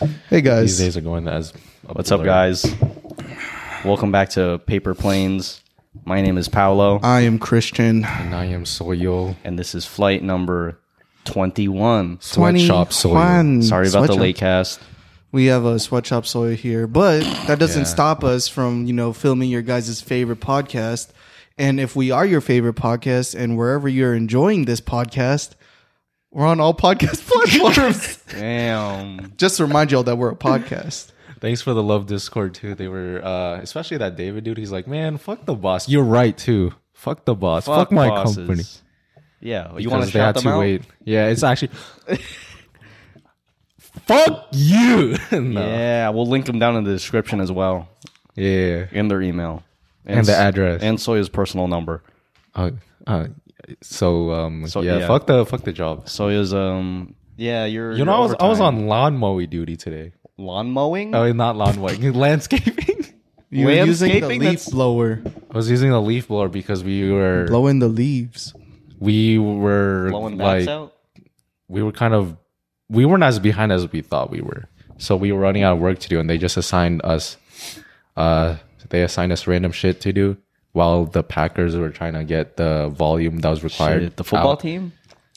Hey These guys, days are going as a What's up, blur. guys? Welcome back to Paper Planes. My name is Paolo, Uh, I am Christian. And I am Soyo. and this is flight number 21. Sweatshop soy. 21. Sorry about the Sweatshop. late cast. We have a sweatshop soy here, but that doesn't Yeah. stop us from you know filming your guys' favorite podcast. And if we are your favorite podcast, and wherever you're enjoying this podcast, we're on all podcast platforms. Damn. Just to remind y'all that we're a podcast. Thanks for the love Discord too. They were uh especially that David dude. He's like, man, fuck the boss. You're right too. Fuck the boss. Fuck, my bosses. company. Yeah, you want Because to they shout had them out? Yeah, it's actually. fuck you. no. Yeah, we'll link them down in the description as well, Yeah. yeah. in their email, And the s- address. and Soya's personal number. Uh, uh, so um So, yeah, yeah. fuck the fuck the job. Soya's um. Yeah, you're. You know, I was I was on lawn mowing duty today. lawn mowing. Oh, not lawn mowing, landscaping. You're using the leaf Landscaping, that's- blower, I was using a leaf blower because we were blowing the leaves. we were blowing bats like out. we were kind of we weren't as behind as we thought we were. So we were running out of work to do, and they just assigned us. Uh, they assigned us random shit to do while the Packers were trying to get the volume that was required. Shit, the football out. team.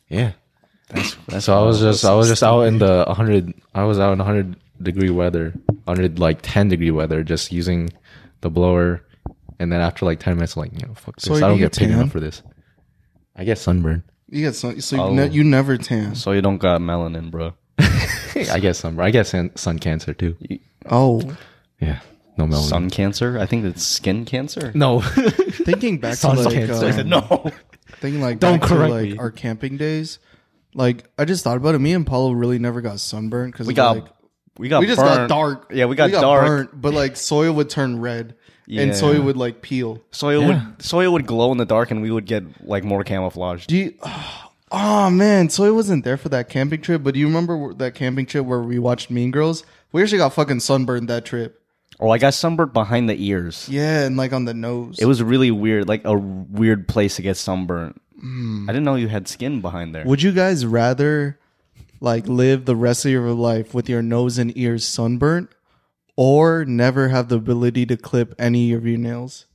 Yeah. so I was just I was just out in the 100 I was out in 100 degree weather, 100 like 10 degree weather just using the blower and then after like 10 minutes like, you know, fuck this. So I you don't get get paid tan? enough for this. I get sunburn. You got some, so you, ne- you never tan. So you don't got melanin, bro. I get sunburn. I get sun, sun cancer too. Oh, Yeah. No melanin. Sun cancer. I think it's skin cancer. no. thinking back to Sun like cancer. um, No. Thinking like Don't back to, correct like me. our camping days. Like I just thought about it. Me and Paulo really never got sunburned because We got we got we just burnt. got dark. Yeah, we got, dark. burnt, but like soil would turn red Yeah. and soil would like peel. Soil Yeah. would soil would glow in the dark, and we would get like more camouflaged. Do you? Oh man, soil wasn't there for that camping trip. But do you remember that camping trip where we watched Mean Girls? We actually got fucking sunburned that trip. Oh, I got sunburned behind the ears. Yeah, and like on the nose. It was really weird, like a weird place to get sunburned. I didn't know you had skin behind there. Mm. Would you guys rather like live the rest of your life with your nose and ears sunburnt or never have the ability to clip any of your nails?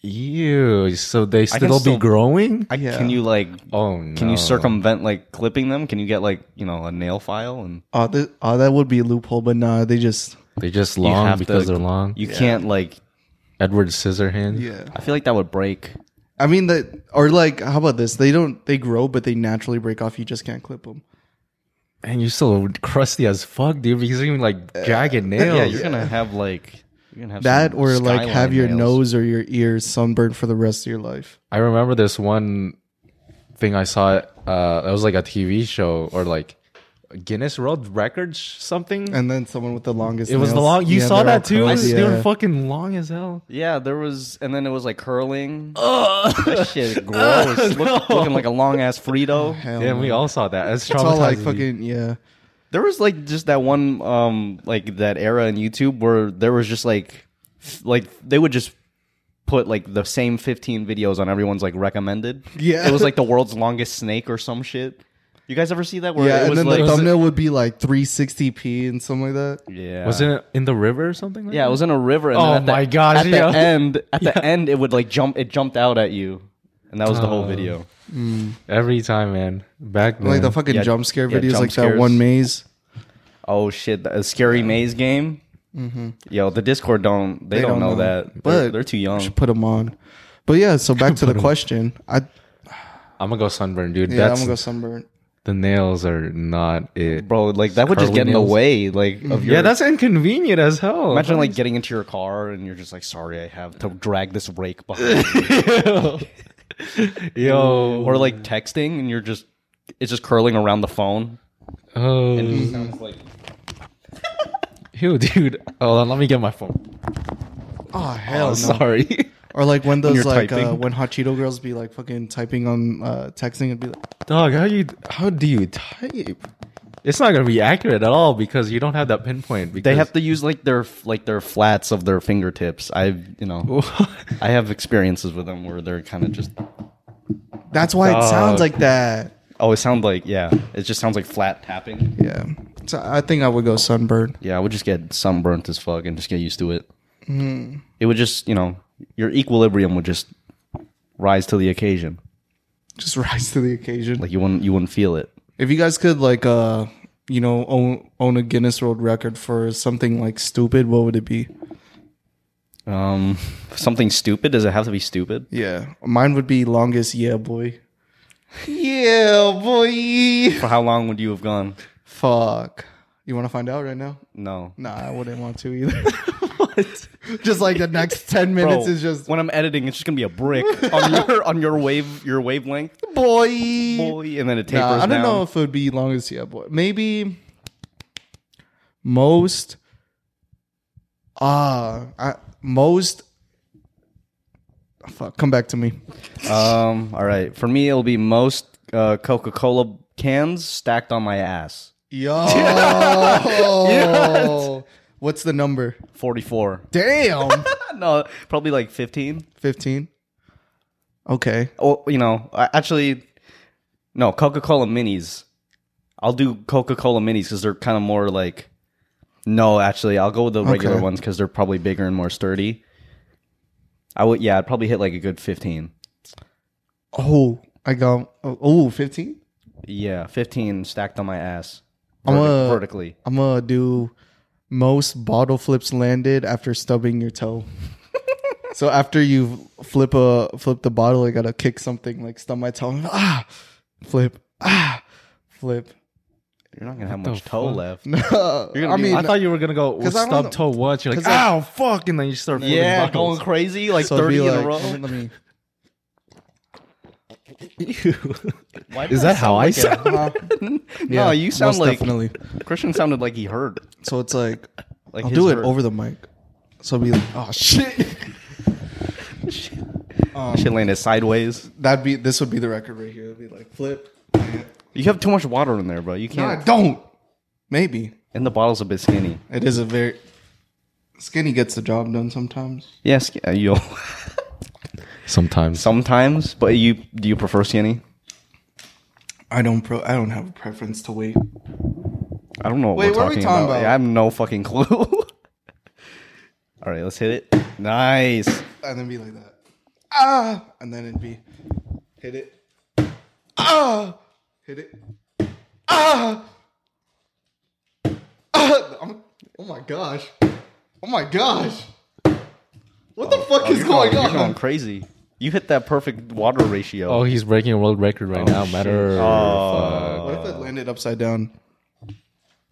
Ew. So they can still still- be growing? I, Yeah. Can you like? oh no. Can you circumvent like clipping them? Can you get like you know a nail file and Oh, th- oh, that would be a loophole, but nah, they just They just you long have because to, they're long. You can't like. Edward Scissorhands. yeah. I feel like that would break. I mean that or like how about this? They don't they grow, but they naturally break off. You just can't clip them. And you're still crusty as fuck, dude, because you're even like Uh, jagged nails. Yeah, you're gonna have like you're gonna have That some or like have skyline your nails. nose or your ears sunburned for the rest of your life. I remember this one thing I saw. Uh, it was like a TV show or like Guinness World Records something. And then someone with the longest it was the nails. long. You Yeah, saw they're all that too. curly. They were Yeah. fucking long as hell. Yeah, there was, and then it was like curling. that shit gross. Look- Looking like a long ass Frito. Hell Yeah, no. we all saw that. It's, it's all like traumatizing. fucking yeah. There was like just that one, um, like that era in YouTube where there was just like, f- like they would just put like the same 15 videos on everyone's like recommended. Yeah. It was like the world's longest snake or some shit. You guys ever see that? Where Yeah, it and was then like, the thumbnail would be like 360p and something like that. yeah. Was it in the river or something? Like Yeah, it was in a river. And Oh then at the- my gosh, At the yeah. end, at the end, it would like jump. It jumped out at you, and that was the Uh. whole video. that? every time, man. Back then, Like the fucking Yeah, jump scare yeah, videos, jump like that scares. one maze. Oh shit, the scary maze game. Yo, the Discord don't Mm-hmm. they, don't don't, know, know. that, But- they're, they're too young. Should put them on. But yeah, so back to the question. I I'm gonna go sunburn, dude. yeah, I'm That's gonna go sunburn. the nails are not it. Bro, like that would just Curly get in the nails. way, like of your. yeah, that's inconvenient as hell. imagine like getting into your car and you're just like, sorry, I have to drag this rake behind, me." yo, or like texting and you're just it's just curling around the phone. oh, Mm-hmm. Ew, dude. Hold on, let me get my phone. Oh hell no. Sorry. Or like when those you're like uh, typing. when hot Cheeto girls be like fucking typing on uh, texting and be like, Dog, how you how do you type? It's not gonna be accurate at all because you don't have that pinpoint. Because They have to use like their like their flats of their fingertips. I've you know I have experiences with them where they're kind of just that's why it sounds Dog. like that. oh it sounds like yeah it just sounds like flat tapping. Yeah. So I think I would go sunburn. Yeah, I would just get sunburnt as fuck and just get used to it. Hmm. It would just, you know, your equilibrium would just rise to the occasion. Just rise to the occasion. Like you wouldn't, you wouldn't feel it. If you guys could like uh you know own own a Guinness World Record for something like stupid, what would it be? Um, something stupid. Does it have to be stupid? Yeah, mine would be longest. Yeah, boy. Yeah, boy. For how long would you have gone? Fuck. You want to find out right now? No. Nah, I wouldn't want to either. what? Just like the next ten minutes is just when I'm editing, it's just gonna be a brick on your on your wave your wavelength, boy. boy, and then it tapers Nah, I don't down. know if it would be longest. Yeah, boy. Maybe most. Ah, I most. Fuck, come back to me. Um, all right. For me, it'll be most uh, Coca Cola cans stacked on my ass. Yo. What's the number? 44. Damn. Uh, no, probably like 15. 15. Okay. Oh, you know, I- actually, no, Coca Cola minis. I'll do Coca Cola minis because they're kind of more like. No, actually, I'll go with the regular Okay. ones because they're probably bigger and more sturdy. I would, yeah, I'd probably hit like a good 15. Oh, I got oh, oh 15. Yeah, 15 stacked on my ass. I'm Verti- a- vertically. I'm gonna do most bottle flips landed after stubbing your toe. so after you flip a flip the bottle, I gotta kick something like stub my toe. Ah, flip. Ah, flip. You're not going to have much toe fuck? left. No, I be- mean, I thought you were gonna go with 'Cause I don't stub toe what? You're like, 'Cause I- ow, fuck, and then you start flipping Yeah, bottles. going crazy, like so it'd be 30 in like- a row. Let me. Why did Is that how I sound? Uh, No, you sound most like definitely. Christian sounded like he heard. So it's like Like I'll his do it heard. over the mic. So it'll be like, oh shit. Shit landed sideways. That'd be this would be the record right here. It'd be like flip. You have too much water in there, bro. You No, can't. I don't. Maybe And the bottle's a bit skinny. it is a very skinny gets the job done sometimes. Yeah, sk- uh, you'll Sometimes. sometimes, but you do you prefer skinny? I don't pro. I don't have a preference to weight. I don't know what Wait, we're what are we talking, talking about. about? Yeah, I have no fucking clue. All right, let's hit it. Nice. And then be like that. Ah, and then it'd be hit it. Ah, hit it. Ah. Ah. I'm- oh my gosh. Oh my gosh. What the fuck is Oh, You're going you're on? going crazy. You hit that perfect water ratio. Oh, he's breaking a world record right now. Matter. fuck. What if it landed upside down?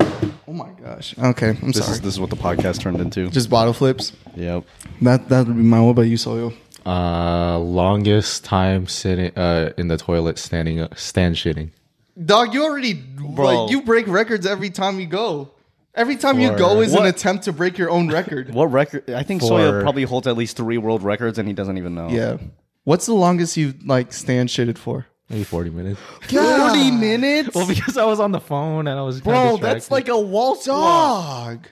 Oh my gosh. Okay, I'm this sorry. is this is what the podcast turned into. Just bottle flips. Yep. That that would be mine. What about you, Soyo? Uh, longest time sitting uh in the toilet, standing up, stand shitting. Dog, you already Bro. like you break records every time you go. Every time you Or- go is an What? attempt to break your own record. What record? I think For- Sawyer probably holds at least three world records, and he doesn't even know. yeah. What's the longest you like stand shitted for? Maybe forty minutes. Forty minutes. Well, because I was on the phone and I was. Bro, that's like a waltz. Dog.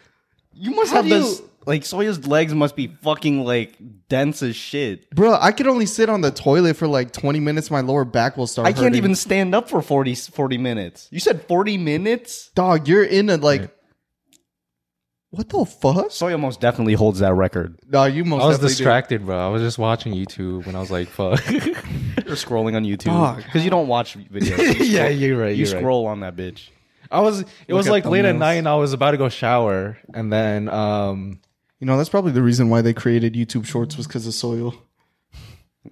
You must How have do you- this. Like Sawyer's legs must be fucking like dense as shit. Bro, I could only sit on the toilet for like twenty minutes. My lower back will start. I can't hurting. even stand up for 40, 40 minutes. You said forty minutes. Dog, you're in a like. What the fuck? Sawyer most definitely holds that record. No, you most. I was definitely do. distracted, bro. I was just watching YouTube and I was like, "Fuck." You're scrolling on YouTube Fuck. because you don't watch videos. You yeah, scroll- you're right. you you're right. scroll on that bitch. I was. It was at like late at thumbnails. night, and I was about to go shower, and then um, You know, that's probably the reason why they created YouTube Shorts was because of Soil,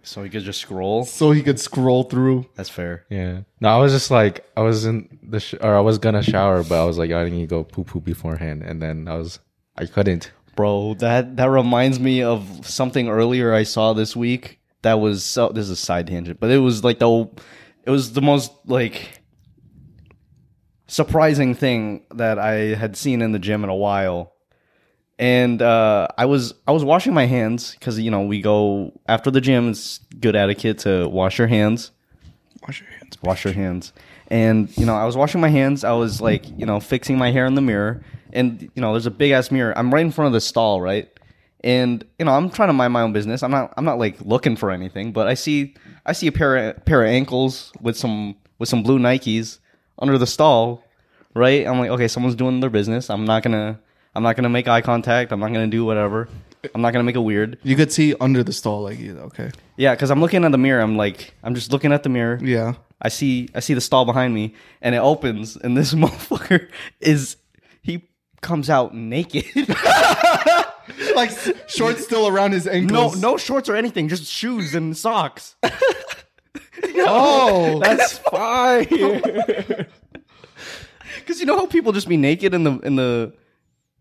So you could just scroll. so he could scroll through. That's fair. yeah. No, I was just like, I was in the sh- or I was gonna shower, but I was like, I need to go poo poo beforehand, and then I was, I couldn't. Bro, that that reminds me of something earlier I saw this week. That was so. This is a side tangent, but it was like the, it was the most like surprising thing that I had seen in the gym in a while. And uh, I was I was washing my hands because you know we go after the gym. It's good etiquette to wash your hands Wash your hands. wash your hands. And you know, I was washing my hands. I was like, you know, fixing my hair in the mirror. And you know, there's a big ass mirror. I'm right in front of the stall, right? And you know, I'm trying to mind my own business. I'm not. I'm not like looking for anything. But I see, I see a pair of, pair of ankles with some with some blue Nikes under the stall. right? I'm like, okay, someone's doing their business. I'm not gonna I'm not gonna make eye contact. I'm not gonna do whatever. I'm not gonna make it weird. You could see under the stall, like yeah, okay, Yeah, because I'm looking at the mirror. I'm like, I'm just looking at the mirror. yeah. I see I see the stall behind me, and it opens, and this motherfucker is he comes out naked. Like shorts still around his no, ankles. no shorts or anything, just shoes and socks. Oh, That's fine. Because you know how people just be naked in the in the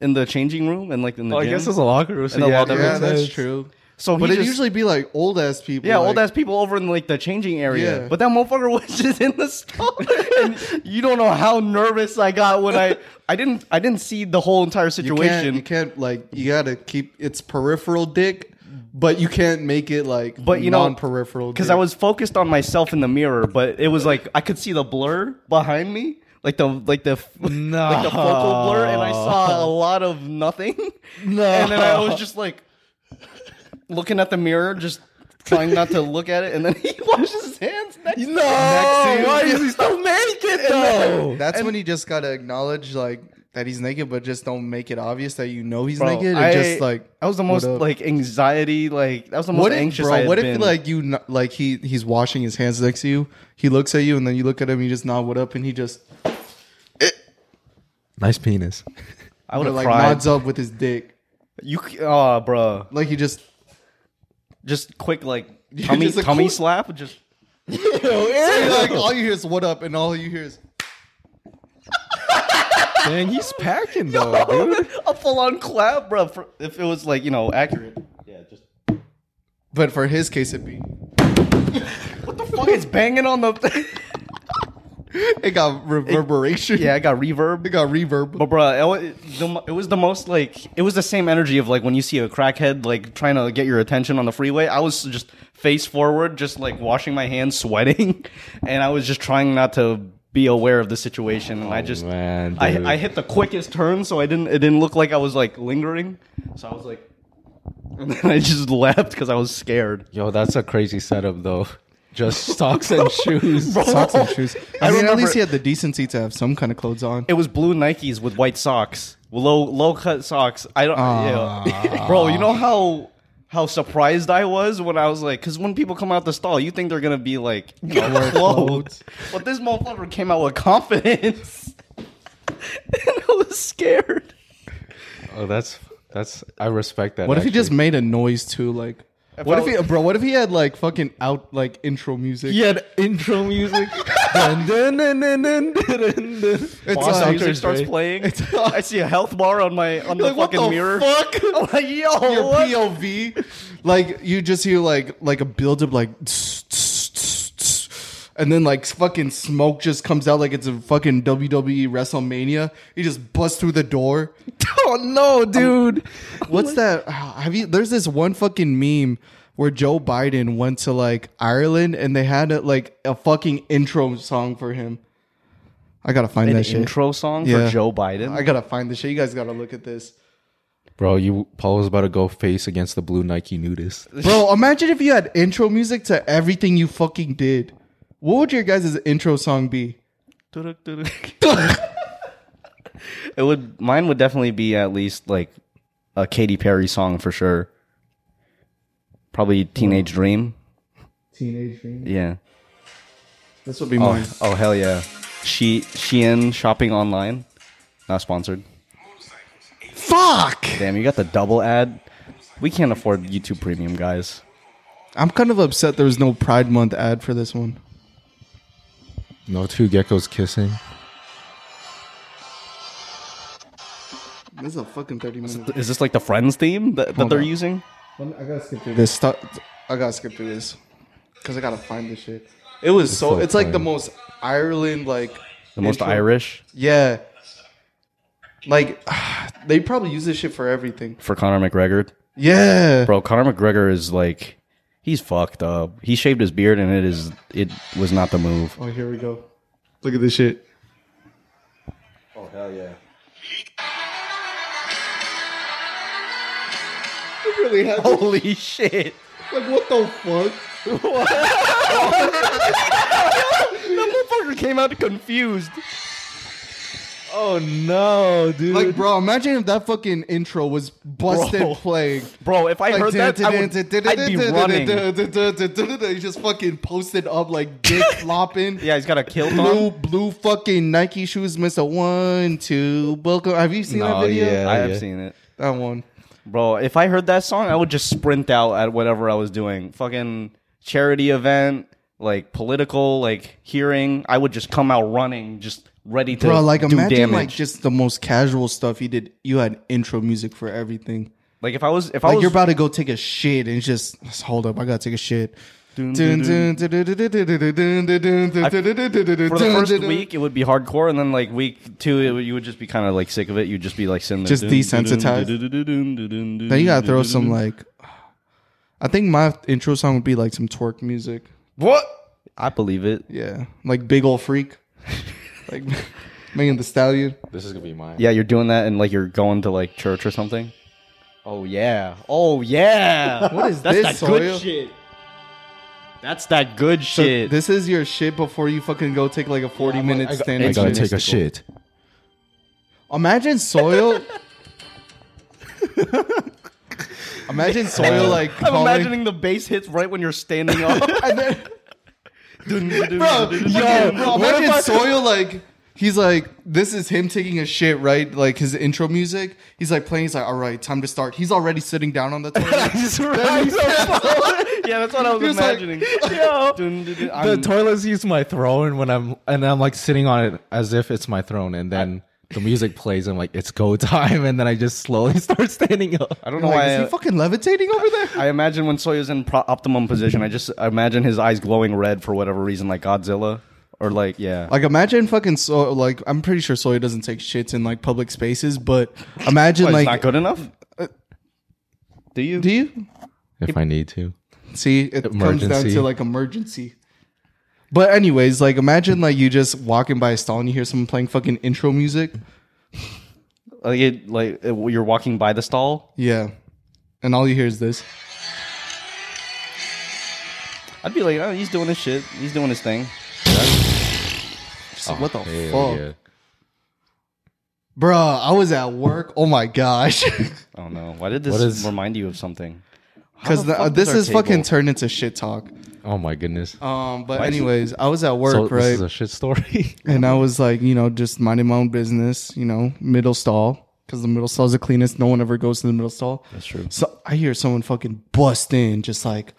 in the changing room and like in the Oh, Well, Oh, I gym. guess it's a locker room. So the yeah, that locker room. yeah, makes that's sense. true. so, But he it just, usually be like old ass people. yeah, like, old ass people over in like the changing area. Yeah. But that motherfucker was just in the stall. and you don't know how nervous I got when I I didn't I didn't see the whole entire You can't, situation. you can't like you gotta keep its peripheral dick, but you can't make it like But you know, non-peripheral because dick. I was focused on myself in the mirror, but it was like I could see the blur behind me, like the like the No. like the focal blur, and I saw a lot of nothing. No. and then I was just like looking at the mirror, just trying not to look at it, and then he washes his hands next. No, to you. why is he still naked though? That's when you just gotta acknowledge like that he's naked, but just don't make it obvious that you know he's Bro, naked. And I- just like I was the most what up? like anxiety, like that was the most what if, anxious. bro? I had what if been. like you kn- like he he's washing his hands next to you, he looks at you, and then you look at him, you just nod what up, and he just Nice penis. I would have like cried? nods up with his dick, You, c- oh, bro, like he just just quick like tummy Just a tummy quick- slap, just. like all you hear is what up, and all you hear is Dang, he's packing though, dude. a full on clap, bro. For, if it was like you know accurate. Yeah, just But for his case, it'd be what the fuck is banging on the. it got reverberation. yeah, I got it reverb. got reverb. But bro, it, wa- it, the, mo- it was the most like it was the same energy of like when you see a crackhead like trying to get your attention on the freeway. I was just face forward, just like washing my hands, sweating, and I was just trying not to be aware of the situation. And I just Oh, man, dude. I, I hit the quickest turn, so I didn't. It didn't look like I was like lingering. So I was like, and then I just left because I was scared. Yo, that's a crazy setup though. Just socks and shoes. Socks and shoes. I, I mean, at remember- least he had the decency to have some kind of clothes on. It was blue Nikes with white socks, low low cut socks. I don't, Ah. yeah. bro. You know how how surprised I was when I was like, because when people come out the stall, you think they're gonna be like you know, clothes, but this motherfucker came out with confidence, and I was scared. Oh, that's that's. I respect that. What if he actually. just made a noise too? Like, what I if he, was- bro? What if he had like fucking out like intro music? He had intro music. Dun, dun, dun, dun, dun, dun, dun. It's Boss like- music starts Dre. playing. I see a health bar on my on the like, what fucking the mirror. fuck? I'm like, yo, your what? POV. Like you just hear like like a buildup like, tss, tss, tss, tss, and then like fucking smoke just comes out like it's a fucking WWE WrestleMania. You just bust through the door. Oh no, dude. What's that? Have you? There's this one fucking meme where Joe Biden went to like Ireland and they had a, like a fucking intro song for him. I gotta find An that shit. intro song Yeah. for Joe Biden. I gotta find this shit. You guys gotta look at this, Bro, you Paul was about to go face against the blue Nike nudist. bro. Imagine if you had intro music to everything you fucking did. What would your guys' intro song be? it would mine would definitely be at least like a Katy Perry song for sure. Probably Teenage Dream. Teenage Dream. Yeah. This would be Oh, mine. oh hell yeah. She Shein shopping online. Not sponsored. Fuck! Damn, you got the double ad. We can't afford YouTube Premium, guys. I'm kind of upset there was no Pride Month ad for this one. No two geckos kissing. This is a fucking thirty minute. Is this like the Friends theme that, that Hold they're on. using? Let me- I gotta skip through this. Stop. I gotta skip through this because I gotta find this shit. It was so. so It's like the plain. most Ireland like. The most intro- Irish Yeah. Like, they probably use this shit for everything. for Conor McGregor. Yeah. Bro, Conor McGregor is like he's fucked up. He shaved his beard and it is it was not the move. Oh, here we go. Look at this shit. Oh hell yeah. It really happened. Holy shit. Like, what the fuck? That motherfucker came out confused. Oh no, dude. Like, bro, imagine if that fucking intro was busted Bro. playing. Bro, if I Like, heard that, I would, I'd be running. He just fucking posted up like dick flopping. Yeah, he's got a kilt Blue, on. blue fucking Nike shoes, miss a one, two, welcome. Have you seen No, Oh, that video? yeah. I have yeah. seen it. That one. Bro, if I heard that song, I would just sprint out at whatever I was doing. Fucking charity event, like political, like hearing. I would just come out running, just ready to Bro, like do imagine damage. like Like, just the most casual stuff you did. You had intro music for everything. if I was, if I Like was, you're about to go take a shit and it's just "Let's hold up, I gotta take a shit. Dun, dun, dun. for the first week, it would be hardcore, and then like week two, it, would- you would just be kind of like sick of it. You'd just be like sitting there, Just desensitized. Then Then you gotta throw some like. I think my intro song would be like some twerk music. what? I believe it. Yeah, like big old freak, like Megan the Stallion. this is gonna be mine. Yeah, you're doing that, and like you're going to like church or something. Oh yeah! Oh yeah! what is That's this, That good Soil? shit. That's that good So shit. this is your shit before you fucking go take like a forty minute stand. I up gotta shit. take a shit. Imagine soil. Imagine soil like I'm calling- imagining the bass hits right when you're standing up. And then, Bro, yo, bro, what imagine if I- soil like he's like this is him taking a shit right like his intro music. He's like playing. He's like all right, time to start. He's already sitting down on the toilet. yeah, that's what I was He's like- imagining. Dun, dun, dun. The I'm- toilet seat's my throne when I'm and I'm like sitting on it as if it's my throne, and then the music plays. I'm like, it's go time, and then I just slowly start standing up. I don't know Like, why. is he I- fucking levitating over there? I imagine when Soyuz in pro- optimum position, I just imagine his eyes glowing red for whatever reason, like Godzilla, or like yeah. Like imagine fucking so like I'm pretty sure soy doesn't take shits in like public spaces, but imagine What, it's like uh, not good enough. Do you? do you If I need to, see it comes down Emergency. to like emergency. But anyways, like imagine like you just walking by a stall and you hear someone playing fucking intro music. Like, it, like it- you're walking by the stall. Yeah. And all you hear is this. I'd be like, oh, he's doing his shit. He's doing his thing. Just like, what Oh, the Hell fuck? yeah. Bruh, I was at work. Oh my gosh. Oh no! Why did this What is- remind you of something? How Because the fuck uh, this our is table- fucking turned into shit talk. Oh my goodness. Um, but Why is it- anyways, I was at work, so right? this is a shit story. And I was like, you know, just minding my own business, you know, middle stall. Because the middle stall is the cleanest. No one ever goes to the middle stall. That's true. So I hear someone fucking bust in, just like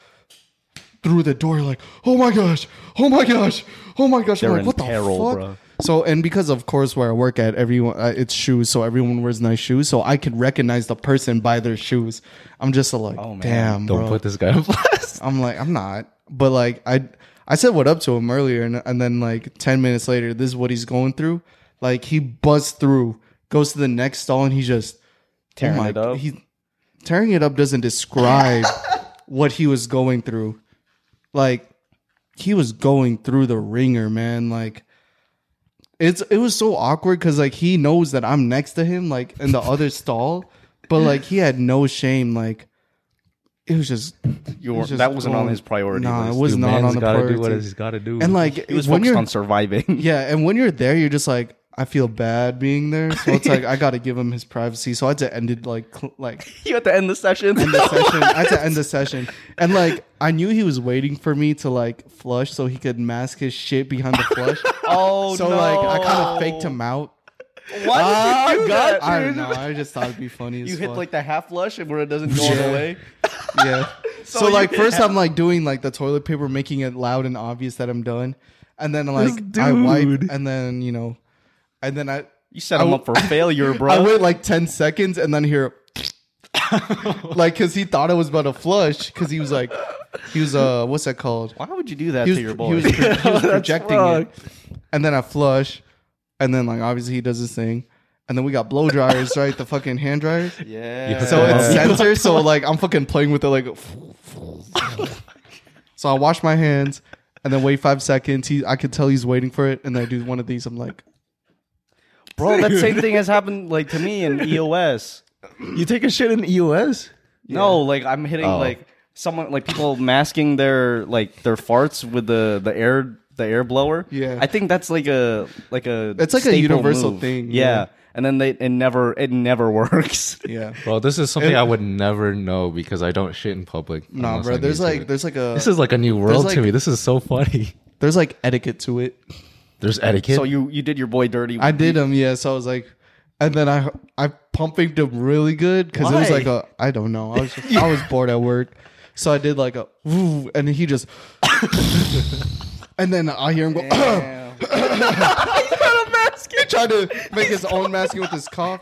through the door, like, oh my gosh, oh my gosh, oh my gosh. They're I'm like, in what peril, the fuck? bruh. So, and because of course where I work at, everyone, uh, it's shoes. So everyone wears nice shoes. So I could recognize the person by their shoes. I'm just uh, like, Oh, man. damn, don't bro. put this guy on blast. I'm like, I'm not. But like, I I said what up to him earlier, and, and then like ten minutes later, this is what he's going through. Like he busts through, goes to the next stall, and he just Oh Tearing it up. He tearing it up doesn't describe what he was going through. Like he was going through the ringer, man. Like. It's it was so awkward because like he knows that I'm next to him, like in the other stall, but like he had no shame. Like it was just He's You were- just that wasn't on going- his priority Nah, list. it was Dude, not man's on the gotta priority. do what he's gotta do. and like Mm. he was when focused you're on surviving. yeah, and when you're there, you're just like I feel bad being there, so it's like I got to give him his privacy. So I had to end it like cl- like you had to end the session. the session. I had to end the session, and like I knew he was waiting for me to like flush so he could mask his shit behind the flush. oh so no! like I kind of faked him out. Ah, Why did you do that? I don't dude? know. I just thought it'd be funny. You as hit fuck. like the half flush and where it doesn't go all Yeah. the way. yeah. So, you like hit first half- I'm like doing like the toilet paper, making it loud and obvious that I'm done, and then like This I wipe, dude. and then you know, and then I You set him w- up for failure, bro. I wait like 10 seconds and then hear like because he thought I was about to flush because he was like he was uh what's that called Why would you do that he was, to your he boy? was, pro- he was projecting wrong. it and then I flush and then like obviously he does his thing and then we got blow dryers right the fucking hand dryers yeah. so it's Yeah. sensor so like I'm fucking playing with it like so I wash my hands and then wait five seconds he I could tell he's waiting for it and then I do one of these I'm like bro, that same thing has happened like to me in EOS. you take a shit in EOS. No, like I'm hitting Oh. like someone like people masking their like their farts with the the air the air blower. Yeah. I think that's like a like a It's like a staple universal move. thing, Yeah. yeah. and then they it never it never works. Yeah. Well, this is something I would never know because I don't shit in public. Nah, unless bro. I There's need to. like there's like a this is like a new world to like- me. This is so funny. there's like etiquette to it. There's etiquette. So you you did your boy dirty. I did them, yeah. So I was like, and then I I pumping them really good because it was Why? like a I don't know. I was I was bored at work, so I did like a woo, and he just, and then I hear him go. He tried to make his own masking with his cough,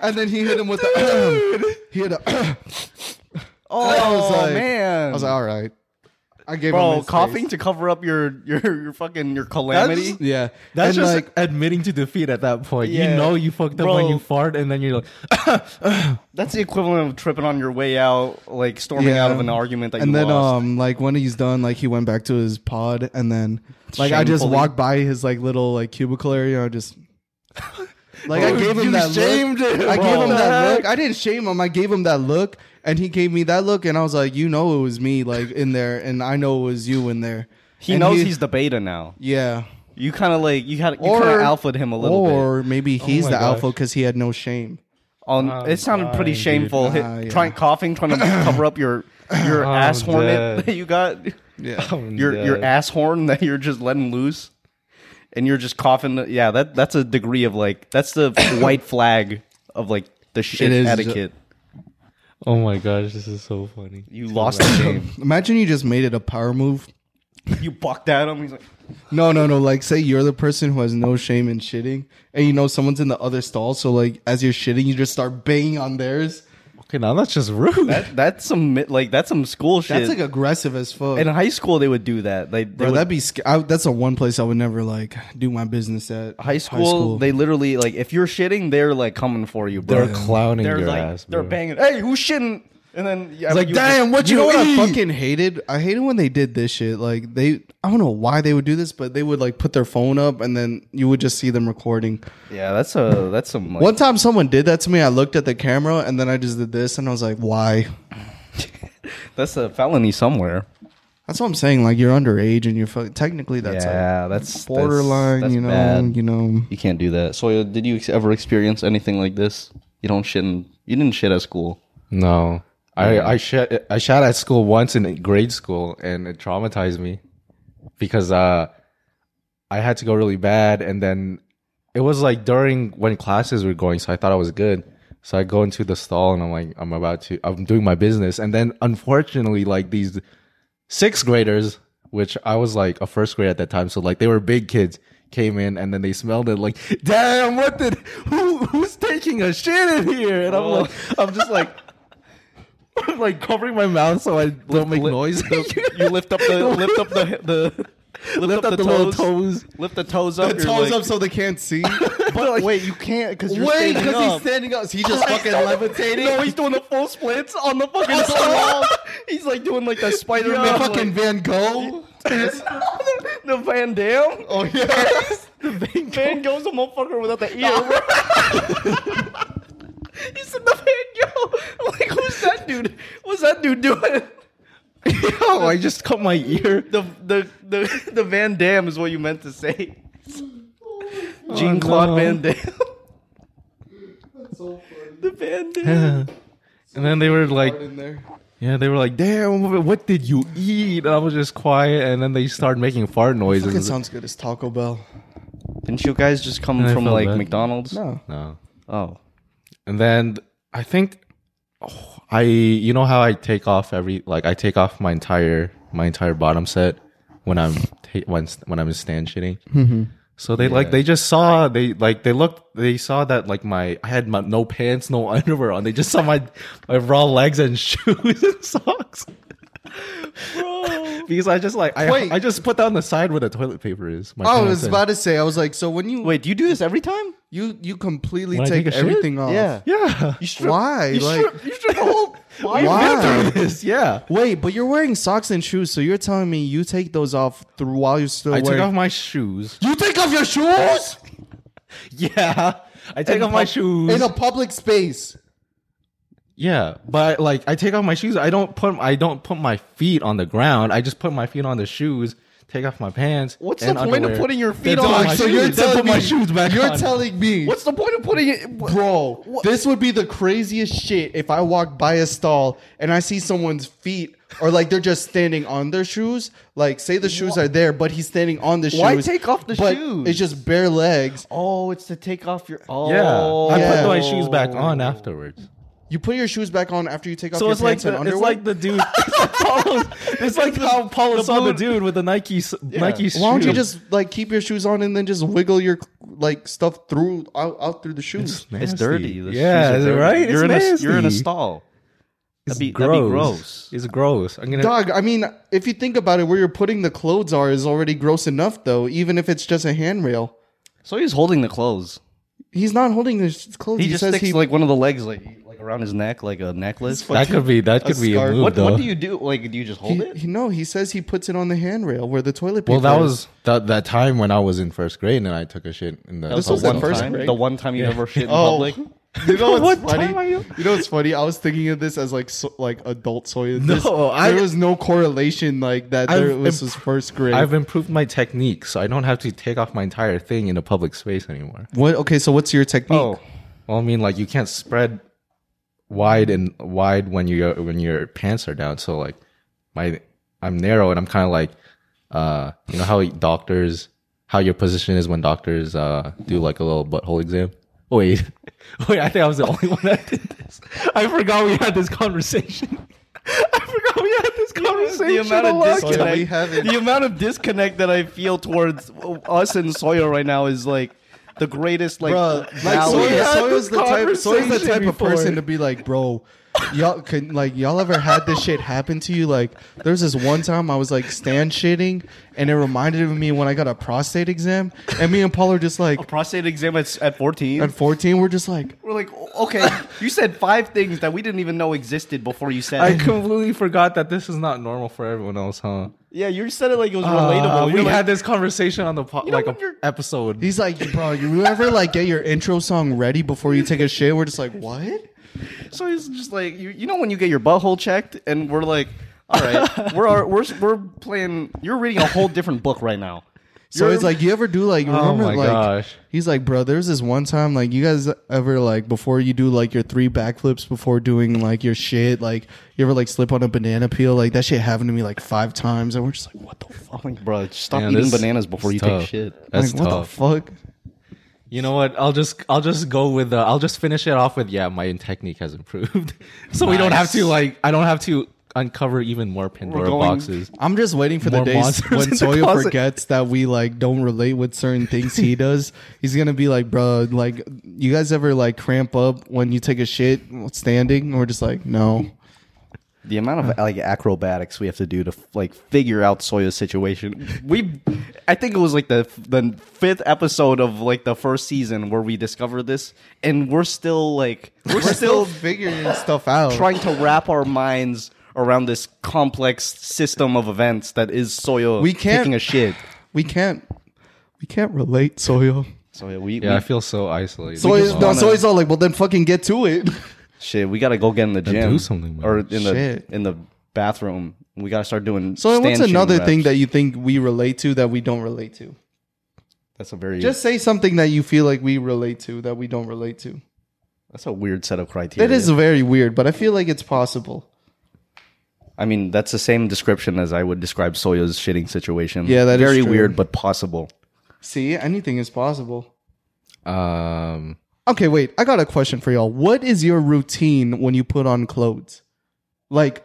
and then he hit him with the. he hit a. I oh was like- man, was like, all right. I gave him bro, his coughing face. to cover up your your your fucking your calamity. Yeah, That's and just like admitting to defeat at that point. Yeah. You know you fucked up when Bro. you fart, and then you're like, That's the equivalent of tripping on your way out, like storming Yeah. out of an argument that and you then lost. um like when he's done like he went back to his pod and then like i just Shamefully. walked by his like little like cubicle area and i just like i Bro, gave him Oh, you that shamed look him, i bro. gave him What the that heck? look i didn't shame him i gave him that look and he gave me that look and i was like you know it was me like in there and i know it was you in there he And knows he's the beta now. yeah You kind of like you had you kind of alphaed him a little bit. or maybe he's Oh my the gosh. alpha because he had no shame On I'm it sounded dying, pretty Oh, dude. shameful. Hit, Ah, yeah. Trying coughing, trying to cover up your your I'm ass hornet Oh, dead. that you got. yeah "I'm Your your dead." ass horn that you're just letting loose, and you're just coughing. Yeah, that that's a degree of like that's the white flag of like the shit It is etiquette. Oh my gosh, this is so funny. you lost the game. imagine you just made it a power move You bucked at him. He's like, No, no, no. Like, say you're the person who has no shame in shitting, and you know someone's in the other stall. So, like, as you're shitting, you just start banging on theirs. Okay, now that's just rude. that, that's some mi- like that's some school shit. That's like aggressive as fuck. in high school they would do that. They, they Bro, would- that'd be. sc- I, that's the one place I would never like do my business at. high school, They literally like if you're shitting, they're like coming for you, bro. they're clowning They're your like ass. they're bro. banging. Hey, who's shitting? And then yeah, It's like, you would damn, just- what you, you know? What eat? I fucking hated. I hated when they did this shit. Like, they. I don't know why they would do this, but they would like put their phone up, and then you would just see them recording. Yeah, that's a that's some like, One time, someone did that to me. I looked at the camera, and then I just did this, and I was like, why? that's a felony somewhere. That's what I'm saying. Like, you're underage, and you're fucking. Technically, that's like, yeah, that's borderline, that's- that's you know, bad. you know. You can't do that. So, did you ex- ever experience anything like this? You don't shit. In, you didn't shit at school. No, I I shat I shat at school once in grade school, and it traumatized me because uh, I had to go really bad, and then it was like during when classes were going, so I thought I was good. So I go into the stall, and I'm like, I'm about to, I'm doing my business, and then unfortunately, like these sixth graders, which I was like a first grade at that time, so like they were big kids. Came in and then they smelled it like, damn! What did who who's taking a shit in here? And I'm Oh. like, I'm just like, I'm like covering my mouth so I don't make noise. you lift up the lift up the the lift, up the little toes. Lift the toes up. you're toes like- up so they can't see. But wait, you can't because you're Wait, standing because he's up. standing up. So he just fucking levitating. No, he's doing the full splits on the fucking wall. He's like doing like the Spider Man, Yo, fucking Van Gogh. the Van Dam. Oh yeah. Van Gogh's a motherfucker without the ear. he said the Van Gogh. Like, who's that dude? What's that dude doing? Yo, I just cut my ear. The the the the Van Dam is what you meant to say. Jean Claude no. Van Dam. The Van Dam. and then they were like, in there. yeah, they were like, damn, what did you eat? And I was just quiet, and then they started making fart Fucking noises. sounds good as Taco Bell. Didn't you guys just come I from felt like bad. McDonald's? No. no. Oh. And then I think oh, I, you know how I take off every, like I take off my entire, my entire bottom set when I'm ta- when when I'm stand shitting. So they like they just saw they like they looked they saw that like my I had my, no pants no underwear on they just saw my my raw legs and shoes and socks because I just like I Wait. I just put down the side where the toilet paper is. My Oh, I pants was and- about to say. I was like, so when you Wait, do you do this every time? you you completely When I take take a shit? everything off. Yeah. yeah. You strip. Why? You Like- strip. You strip the whole. Why? Why? This, yeah. Wait, but you're wearing socks and shoes, so you're telling me you take those off through while you're still I wearing. took off my shoes. you take off your shoes Yeah. I take And off my pop- shoes. in a public space. yeah, but like I take off my shoes. I don't put I don't put my feet on the ground. I just put my feet on the shoes take off my pants. What's and the point underwear. of putting your feet Then on put Dog, my so shoes? you're Then telling put me, my shoes back You're on. telling me, What's the point of putting it, what- bro? what- This would be the craziest shit if I walk by a stall and I see someone's feet or like they're just standing on their shoes. Like say the shoes are there, but he's standing on the shoes. Why take off the but shoes? It's just bare legs. Oh, it's to take off your. Oh, Yeah, I Yeah. put my shoes back on afterwards. You put your shoes back on after you take off So your it's like pants the, and it's underwear. like the dude. it's like, Paulo- it's like how Paula saw the dude with the Nike s- Nike shoe. Why don't you just like keep your shoes on and then just wiggle your like stuff through out, out through the shoes? It's Nasty. dirty. yeah, The shoes are is it dirty. right. You're in it's a you're in a nasty. stall. It's That'd be- that'd be gross. It's gross. I'm gonna. Dog, I mean, if you think about it, where you're putting the clothes are is already gross enough, though. Even if it's just a handrail, So he's holding the clothes. he's not holding his clothes. He, He, just says sticks he. like one of the legs like like around his neck like a necklace. that could be that could be a scarf. move what though. what do you do? Like do you just hold he, it? he- no, he says he puts it on the handrail where the toilet paper. well, that is. was that that time when I was in first grade and I took a shit in the. That was the in one first time. grade. The one time you ever shit in Oh. public. You know what's What funny? time are you? know what's funny? I was thinking of this as like so, like adult soy. No, I- there was no correlation like that. I've There this imp- was first grade. I've improved my technique, so I don't have to take off my entire thing in a public space anymore. what? Okay, so what's your technique? Oh, Well, I mean, like you can't spread wide and wide when you when your pants are down. So like my I'm narrow and I'm kind of like uh you know how doctors how your position is when doctors uh do like a little butthole exam. Wait, wait! I think I was the only one that did this. I forgot we had this conversation. I forgot we had this the conversation. amount of a lot. dis- Yeah, we disconnect. haven't. The amount of disconnect that I feel towards us and Sawyer right now is like the greatest. Like, Bro, like valley. so- we Soy, had Soy this is the type. Soy is the conversation type of before. person to be like, bro. Y'all can like y'all ever had this shit happen to you? Like there's this one time I was like stand shitting, and it reminded of me when I got a prostate exam, and me and Paul are just like prostate exam at, at 14. at 14, we're just like, We're like, "Oh, okay, you said five things that we didn't even know existed before you said I it. completely forgot that this is not normal for everyone else, huh? Yeah, you said it like it was Uh, relatable. we You're like, had this conversation on the po- know like when a you're- episode. He's like, bro, you ever like get your intro song ready before you take a shit? We're just like, what? so it's just like you, you know when you get your butthole checked, and we're like, all right, we're we're we're playing. You're reading a whole different book right now. So You're- it's like, you ever do like, remember, Oh my like, gosh. he's like, bro, there's this one time, like, you guys ever like before you do like your three backflips before doing like your shit, like, you ever like slip on a banana peel? Like, that shit happened to me like five times, and we're just like, what the fuck? I'm like, bro, stop Man, eating this- bananas before it's you tough. take shit. That's like, tough. what the fuck? You know what? I'll just I'll just go with uh, I'll just finish it off with yeah. My technique has improved, so we don't have to Nice. like I don't have to uncover even more Pandora going- boxes. I'm just waiting for the More day monsters in when the Sawyer closet. forgets that we like don't relate with certain things he does. He's gonna be like, bro, like you guys ever like cramp up when you take a shit standing? And we're just like, no. The amount of like acrobatics we have to do to like figure out Soya's situation. We, I think it was like the the fifth episode of like the first season where we discovered this, and we're still like we're, still figuring stuff out. trying to wrap our minds around this complex system of events that is Soya We can't- taking a shit. we can't, we can't relate, Sawyer. So yeah, we, Yeah, I we feel so isolated. We Sawyer's just no, wanna- Sawyer's all like, well, then fucking get to it. shit. We gotta go get in the gym do something with or in it. the Shit. in the bathroom. We gotta start doing. So what's stand-shitting another thing reps. that you think we relate to that we don't relate to? that's a very Just say something that you feel like we relate to that we don't relate to. that's a weird set of criteria. That is very weird, but I feel like it's possible. I mean, that's the same description as I would describe Soya's shitting situation. Yeah, that is that is very true. weird but possible. See, anything is possible. Um, Okay, wait. I got a question for y'all. What is your routine when you put on clothes? Like,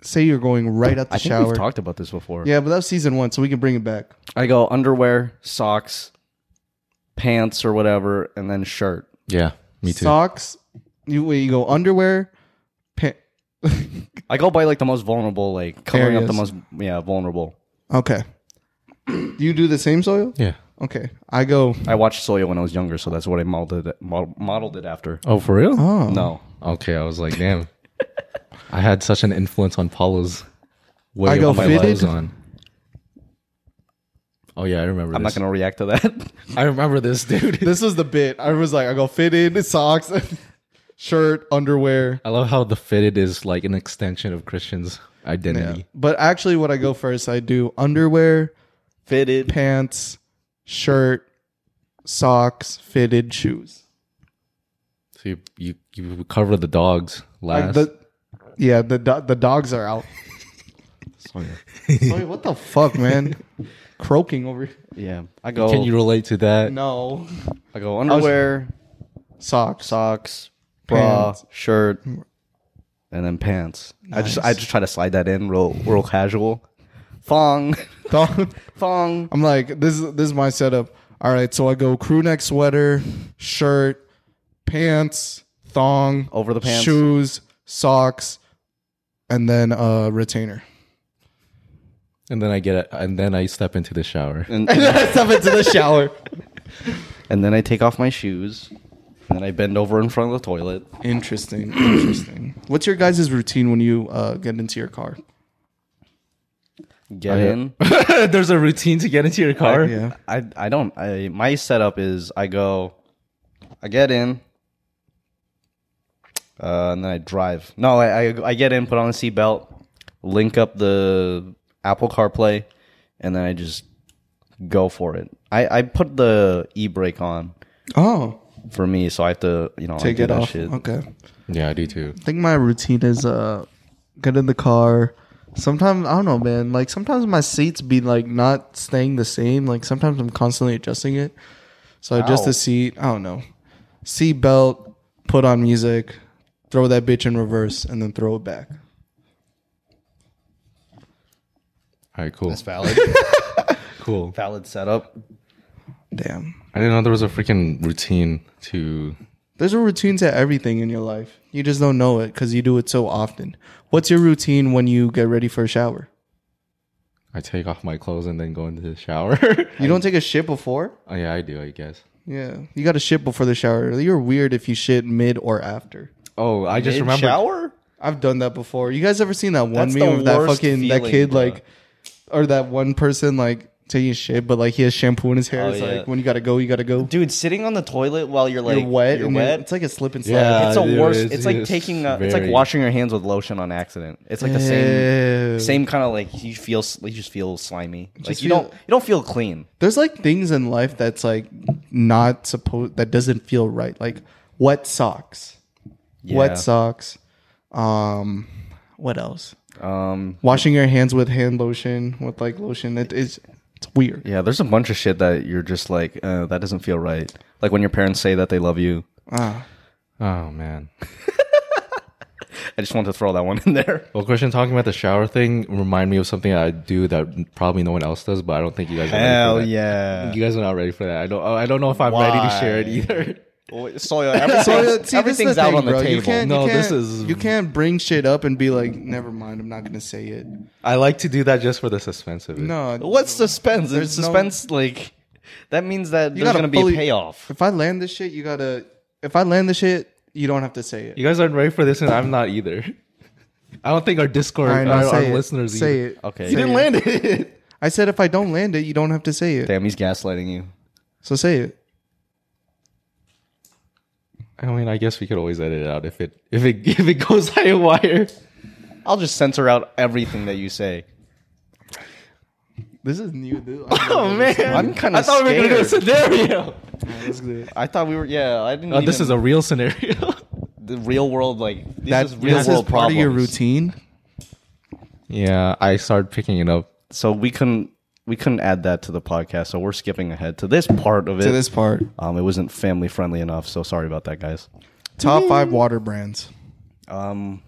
say you're going right out the I think shower. we've talked about this before. yeah, but that was season one, so we can bring it back. I go underwear, socks, pants or whatever, and then shirt. yeah, me too. Socks. You wait, you go underwear. Pa- I go by like the most vulnerable, like covering up the Areas. most yeah vulnerable. okay. you do the same soil? yeah. Okay. I go. I watched Soya when I was younger, so that's what I modeled it, mod- modeled it after. Oh, for real? Oh. No, Okay, I was like, damn. I had such an influence on Paula's way I of go my fitted. clothes on. Oh yeah, I remember. I'm this. not gonna react to that. I remember this, dude. This was the bit. I was like, I go fitted socks, shirt, underwear. I love how the fitted is like an extension of Christian's identity. But actually, what I go first, I do underwear, fitted. pants, shirt, socks, fitted shoes. So you you, you cover the dogs Like last. the yeah, the do- the dogs are out. Oh, Sorry, what the fuck, man? Croaking over here. Yeah, I go. Can you relate to that? No I go underwear, socks. socks, bra, Pants. shirt, and then pants. I just I just try to slide that in real real casual. Thong, Dog- thong. I'm like this. is- This is my setup. All right, so I go crew neck sweater, shirt, pants, thong, Over the pants. shoes, socks, and then uh retainer. And then I get it, and then I step into the shower. And, Step into the shower. and then I take off my shoes. And then I bend over in front of the toilet. Interesting. Interesting. What's your guys' routine when you uh, get into your car? Get yeah. in. There's a routine to get into your car. Yeah. I I don't. I my setup is I go, I get in, uh, and then I drive. No, I I, I get in, put on a seatbelt, link up the Apple CarPlay, and then I just go for it. I I put the e brake on Oh, for me, so I have to you know I take do it that off. shit. Okay. yeah, I do too. I think my routine is uh get in the car. Sometimes I don't know, man. Like sometimes my seats be like not staying the same. Like sometimes I'm constantly adjusting it. So I adjust Ow. the seat. I don't know. Seat belt, put on music, throw that bitch in reverse, and then throw it back. All right, cool, It's valid, cool. valid setup. Damn. I didn't know there was a freaking routine to. There's a routine to everything in your life. You just don't know it because you do it so often. What's your routine when you get ready for a shower? I take off my clothes and then go into the shower. You don't take a shit before? oh yeah, I do. I guess. Yeah. You got to shit before the shower. You're weird if you shit mid or after. Oh, I just remember. shower. I've done that before. You guys ever seen that one That's the meme of that worst fucking that feeling, kid bro. like, or that one person like taking a shit, but like he has shampoo in his hair. Oh, it's yeah. like when you gotta go, you gotta go. Dude, sitting on the toilet while you're like you're wet. you're and wet. It's like a slip and slide. Yeah. it's a dude, worse. It's, it's- like it's taking. A, it's like very- washing your hands with lotion on accident. It's like the same. Same kind of like you feel. s- You just feel slimy. Like Just you feel- don't. You don't feel clean. There's like things in life that's like not supposed that doesn't feel right. Like wet socks, Yeah. wet socks. Um, what else? Um. Washing your hands with hand lotion with like lotion. It is it's weird. Yeah. There's a bunch of shit that you're just like uh, that doesn't feel right. Like when your parents say that they love you. Ah. Oh man. I just want to throw that one in there. Well, Christian, talking about the shower thing remind me of something I do that probably no one else does, but I don't think you guys. Are ready for that. yeah. You guys are not ready for that. I don't. I don't know if I'm ready to share it either. So everything's, So uh, see, this is everything's the out thing, on the bro. table. You can't, No, you can't, this is- you can't bring shit up and be like, never mind, I'm not gonna say it. I like to do that just for the suspense of it. No, What's suspense? There's There's no- suspense like that means that You there's gotta gonna be a fully- payoff. If I land this shit, you gotta. If I land this shit, you don't have to say it. You guys aren't ready for this, and I'm not either. I don't think our Discord, All right, now our, our say it. listeners, say either. it. Okay. Say You didn't it. land it. I said if I don't land it, you don't have to say it. Damn, he's gaslighting you. So say it. I mean, I guess we could always edit it out if it if it if it goes high wire. I'll just censor out everything that you say. This is new. Dude. Oh man, I'm kinda I thought we were gonna do a scenario. I thought we were. Yeah, I didn't. Oh, this is a real scenario. the real world. Like this That's is real this is world part problems. of your routine. yeah, I started picking it up. So we couldn't we couldn't add that to the podcast. So we're skipping ahead to this part of it. To this part, um, it wasn't family friendly enough. So sorry about that, guys. top five water brands. Um,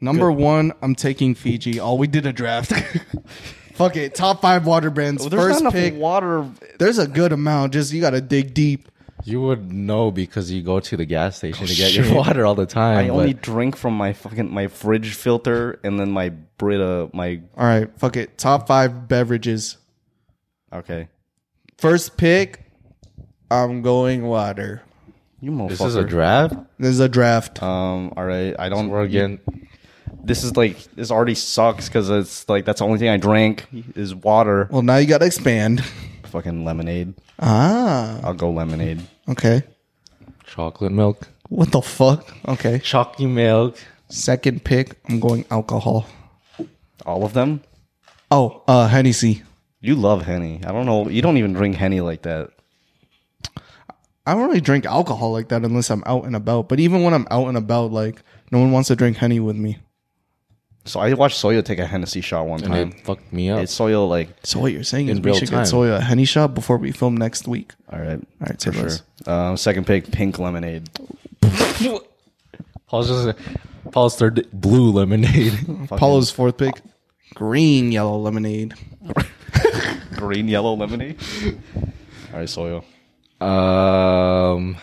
Number one, I'm taking Fiji. Oh, we did a draft. Fuck it. Top five water brands. Oh, there's First not pick. enough water. There's a good amount. Just you gotta dig deep. You would know because you go to the gas station to get your water all the time. I but only drink from my fucking my fridge filter and then my Brita. My All right, fuck it. Top five beverages. okay, First pick. I'm going water. you motherfucker. this is a draft. This is a draft. um, all right. I don't. We're again. This is like this already sucks because it's like that's the only thing I drank is water. Well, now you gotta expand. Fucking lemonade. Ah, I'll go lemonade. okay. Chocolate milk, What the fuck? Okay. chalky milk. Second pick. I'm going alcohol. All of them. Oh, uh, Hennessy. You love henny. I don't know. You don't even drink henny like that. I don't really drink alcohol like that unless I'm out and about. But even when I'm out and about, like no one wants to drink henny with me. So I watched Soyo take a Hennessy shot one and time. it fucked me up. It's Soyo like So what you're saying is In we real should time. get Soya a henny shot before we film next week. all right, All right, so for let's- sure. Um, second pick, pink lemonade. Paul's just Paul's third blue lemonade. Paulo's fourth pick, green yellow lemonade. Green, yellow lemonade. all right, Soyo. um,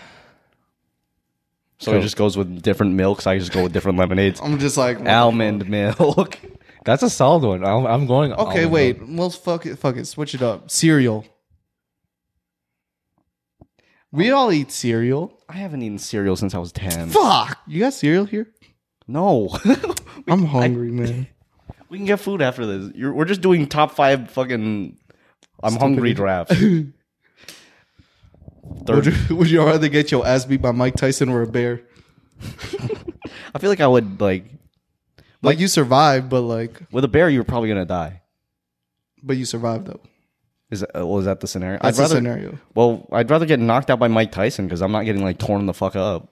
Soyo just goes with different milks. I just go with different lemonades. I'm just like what the Almond milk. that's a solid one. I'm, I'm going. fuck? Okay, almond wait. Well, fuck it. Fuck it. Switch it up. Cereal. We all eat cereal. I haven't eaten cereal since I was ten. Fuck. You got cereal here? No, I'm hungry, man. we can get food after this. You're, we're just doing top five fucking. I'm hungry draft. Would Third, you, would you rather get your ass beat by Mike Tyson or a bear? I feel like I would like Like you survived, but like, with a bear. You're probably gonna die. but you survived though. Is that, uh, well, is that the scenario? That's the I'd rather, scenario. Well, I'd rather get knocked out by Mike Tyson because I'm not getting like torn the fuck up.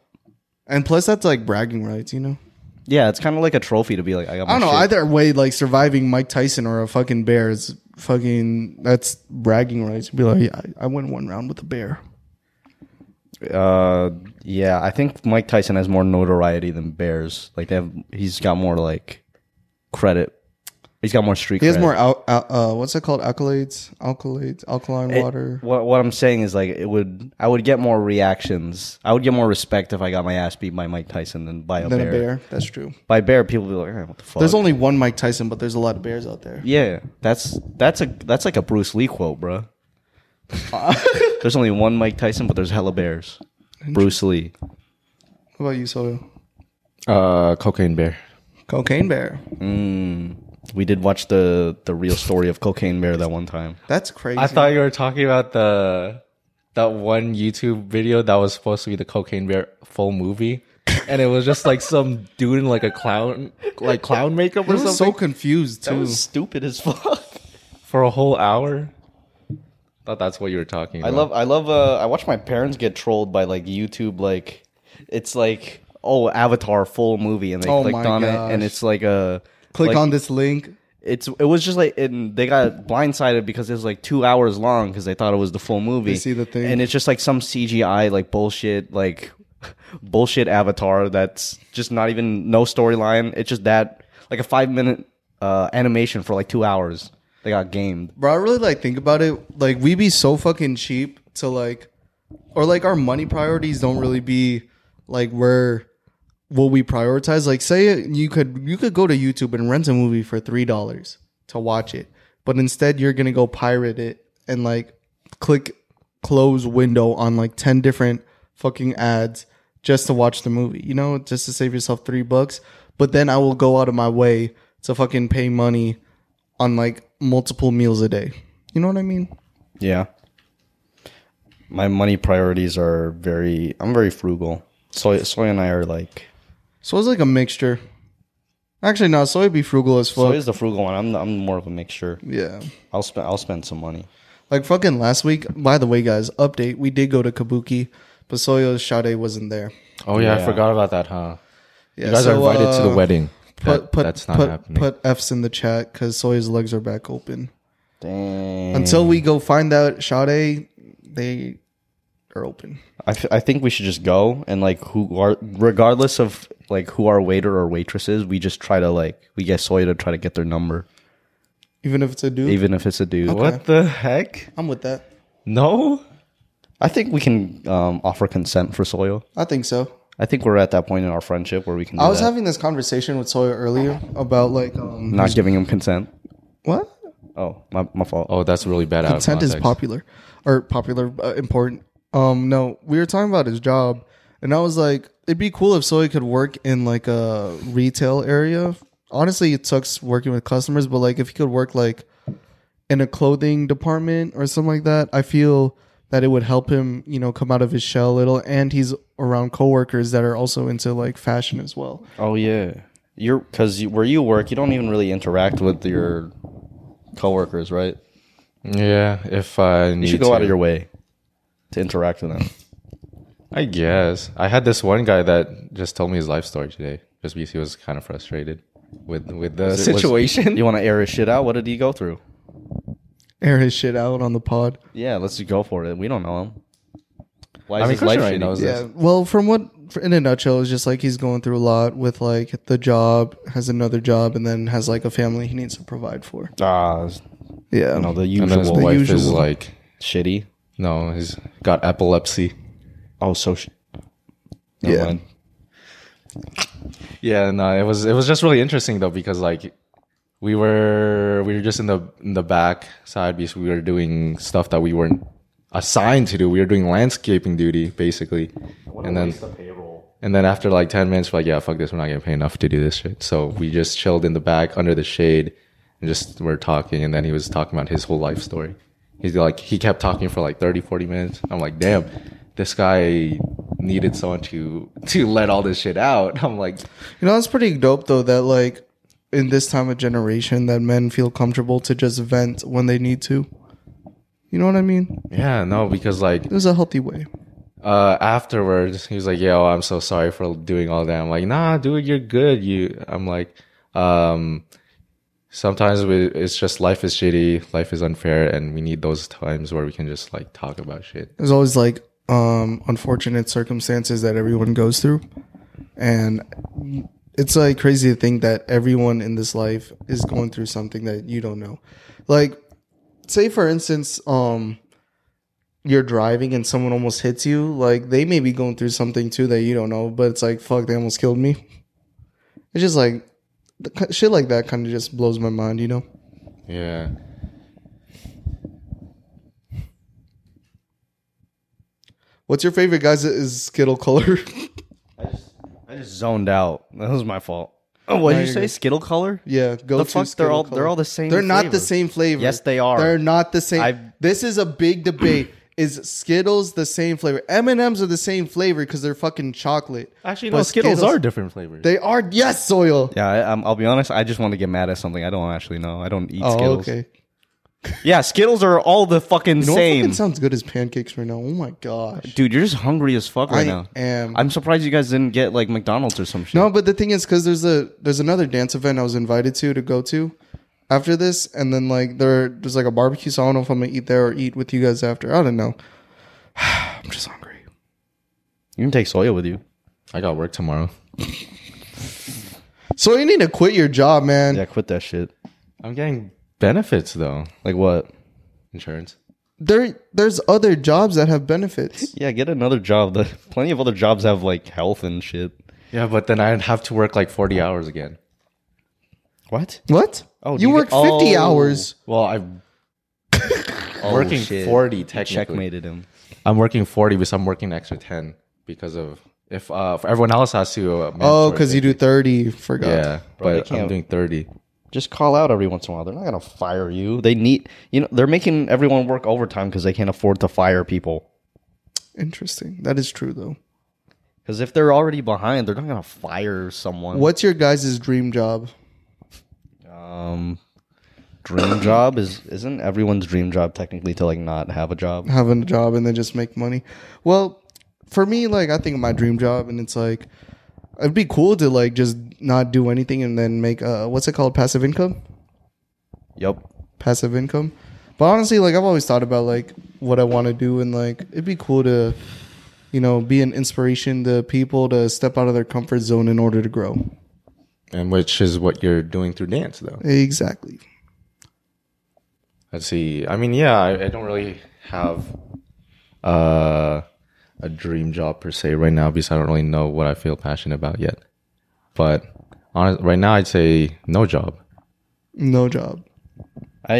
And plus, that's like bragging rights, you know. Yeah, it's kind of like a trophy to be like I got. I My don't know. shit. Oh, Either way, like surviving Mike Tyson or a fucking bear is fucking. That's bragging rights. Be like, yeah, I, I went one round with a bear. Uh, yeah, I think Mike Tyson has more notoriety than Bears. Like they have, he's got more like credit. He's got more street. He has cred. more. Al- al- uh, what's it called? Alkalates, alkalates, alkaline water. What what I'm saying is like it would I would get more reactions. I would get more respect if I got my ass beat by Mike Tyson than by a, Than bear. a bear. That's true. By bear, people would be like, eh, what the fuck? There's only one Mike Tyson, but there's a lot of bears out there. yeah, that's that's a that's like a Bruce Lee quote, bro. there's only one Mike Tyson, but there's hella bears. Bruce Lee. What about you, Soto? Uh, cocaine bear. Cocaine bear. We did watch the the real story of Cocaine Bear that one time. That's crazy. I thought you were talking about the that one YouTube video that was supposed to be the cocaine bear full movie, and it was just like some dude in like a clown like clown makeup I or was so something confused too. That was stupid as fuck. for a whole hour. Thought that's what you were talking. I about. love I love uh I watch my parents get trolled by like YouTube like it's like oh Avatar full movie and they Oh clicked my on it and gosh. it's like a Click like, on this link. it's it was just like and they got blindsided because it was like two hours long because they thought it was the full movie. They see the thing. and it's just like some CGI like bullshit like bullshit Avatar that's just not even no storyline. It's just that like a five minute uh animation for like two hours. They got gamed. bro. I really like think about it. Like we be so fucking cheap to like, or like our money priorities don't really be like where what we prioritize. Like say you could you could go to YouTube and rent a movie for three dollars to watch it, but instead you're gonna go pirate it and like click close window on like ten different fucking ads just to watch the movie. You know, just to save yourself three bucks. But then I will go out of my way to fucking pay money on like multiple meals a day. You know what I mean? Yeah. My money priorities are very. I'm very frugal. Soy, soy and I are like. So it's like a mixture. Actually, no, soy be frugal as fuck. Soy is the frugal one. I'm. I'm more of a mixture. yeah. I'll spend. I'll spend some money. Like fucking last week, by the way, guys, update, we did go to Kabuki, but Soyo's Sade wasn't there. Oh yeah, I Yeah. forgot about that, huh? Yeah, You guys so, are invited to uh, the wedding. Put, That- put, that's not put, happening. Put F's in the chat because Soya's legs are back open. Dang. Until we go find out Sade, they are open. I, f- I think we should just go and like who are regardless of like who our waiter or waitress is, we just try to like we get soy to try to get their number, Even if it's a dude, even if it's a dude. what the heck? I'm with that. No. I think we can um, offer consent for soy. I think so. I think we're at that point in our friendship where we can. Do I was that. having this conversation with Soya earlier about like Mm. um not giving him consent. what Oh, my, my fault. Oh, that's really bad. out of consent is context. popular or popular uh, important um no we were talking about his job and i was like it'd be cool if soy could work in like a retail area honestly it sucks working with customers but like if he could work like in a clothing department or something like that i feel that it would help him you know come out of his shell a little and he's around coworkers that are also into like fashion as well Oh yeah, you're because you, where you work, you don't even really interact with your coworkers, right? Yeah, if I need You should go to. out of your way to interact with them. I guess I had this one guy that just told me his life story today, just because he was kind of frustrated with with the Situation. You want to air his shit out? What did he go through? Air his shit out on the pod. Yeah, let's just go for it. We don't know him. Why is I mean, his life Christian already shitty? knows this. Yeah. Well, from what in a nutshell, it's just like he's going through a lot with like the job, has another job, and then has like a family he needs to provide for. Ah, Yeah. you know the And then his usual wife is usual. like, shitty. no, he's got epilepsy. Oh, so sh- yeah. Never mind. Yeah, no, it was it was just really interesting though because like we were we were just in the in the back side because we were doing stuff that we weren't assigned to do. We were doing landscaping duty basically, and then and then after like ten minutes, we're like, yeah, fuck this, we're not getting paid enough to do this shit. So we just chilled in the back under the shade and just were talking. And then he was talking about his whole life story. He's like, he kept talking for like 30, 40 minutes. I'm like, damn, this guy needed someone to to let all this shit out. I'm like. You know, it's pretty dope though that like in this time of generation that men feel comfortable to just vent when they need to. You know what I mean? Yeah, no, Mm-hmm. because like It was a healthy way. uh afterwards he was like, Yo, I'm so sorry for doing all that. I'm like, nah, dude, you're good. You I'm like, um sometimes we, it's just life is shitty, life is unfair, and we need those times where we can just like talk about shit. There's always like um unfortunate circumstances that everyone goes through. And it's like crazy to think that everyone in this life is going through something that you don't know. Like say for instance, um you're driving and someone almost hits you, like they may be going through something too that you don't know, but it's like fuck, they almost killed me. It's just like the ki- shit like that kind of just blows my mind, you know. Yeah. What's your favorite guys is Skittle color? I just, I just zoned out. That was my fault. Oh, what No, did you you're say? good. Skittle color? yeah, go The to fuck? They're Skittle all color. they're all the same. They're not the flavor. same flavor. Yes, they are. They're not the same. I've- this is a big debate. is Skittles the same flavor? M and M's are the same flavor because they're fucking chocolate. Actually no, But Skittles Skittles- are different flavors. They are yes, soil. Yeah, I, um, I'll be honest. I just want to get mad at something. I don't actually know. I don't eat Oh, Skittles. okay. Yeah, Skittles are all the fucking You know what same. fucking sounds good as pancakes right now. Oh my gosh. Dude, you're just hungry as fuck right I now. am. I'm surprised you guys didn't get like McDonald's or some shit. No, but the thing is, because there's a there's another dance event I was invited to to go to after this, and then like there there's like a barbecue, so I don't know if I'm gonna eat there or eat with you guys after. I don't know. I'm just hungry. You can take soya with you. I got work tomorrow. So you need to quit your job, man. Yeah, quit that shit. I'm getting benefits though. Like what? Insurance. There there's other jobs that have benefits. Yeah, get another job. The plenty of other jobs have like health and shit. Yeah, but then I'd have to work like forty hours again. What? What? Oh, do you you work get- oh. fifty hours. Well, I'm working Oh, shit. forty technically. Checkmated him. I'm working 40 because I'm working an extra 10 because of if uh for everyone else has to uh, Oh, mandatory because you do thirty. Forgot. thing. yeah they but I'm can't- doing 30 Just call out every once in a while. They're not gonna fire you. They need you know they're making everyone work overtime because they can't afford to fire people. Interesting. That is true though. Because if they're already behind, they're not gonna fire someone. What's your guys' dream job? Um, dream job is isn't everyone's dream job technically to like not have a job. having a job and then just make money. Well, for me, like I think of my dream job, and it's like it'd be cool to like just not do anything and then make uh what's it called passive income, Yep. passive income. But honestly, like I've always thought about like what I want to do, and like it'd be cool to, you know, be an inspiration to people to step out of their comfort zone in order to grow. and which is what you're doing through dance though Exactly. let's see I mean yeah I, I don't really have uh a dream job per se right now because I don't really know what I feel passionate about yet but on, right now I'd say no job No job. I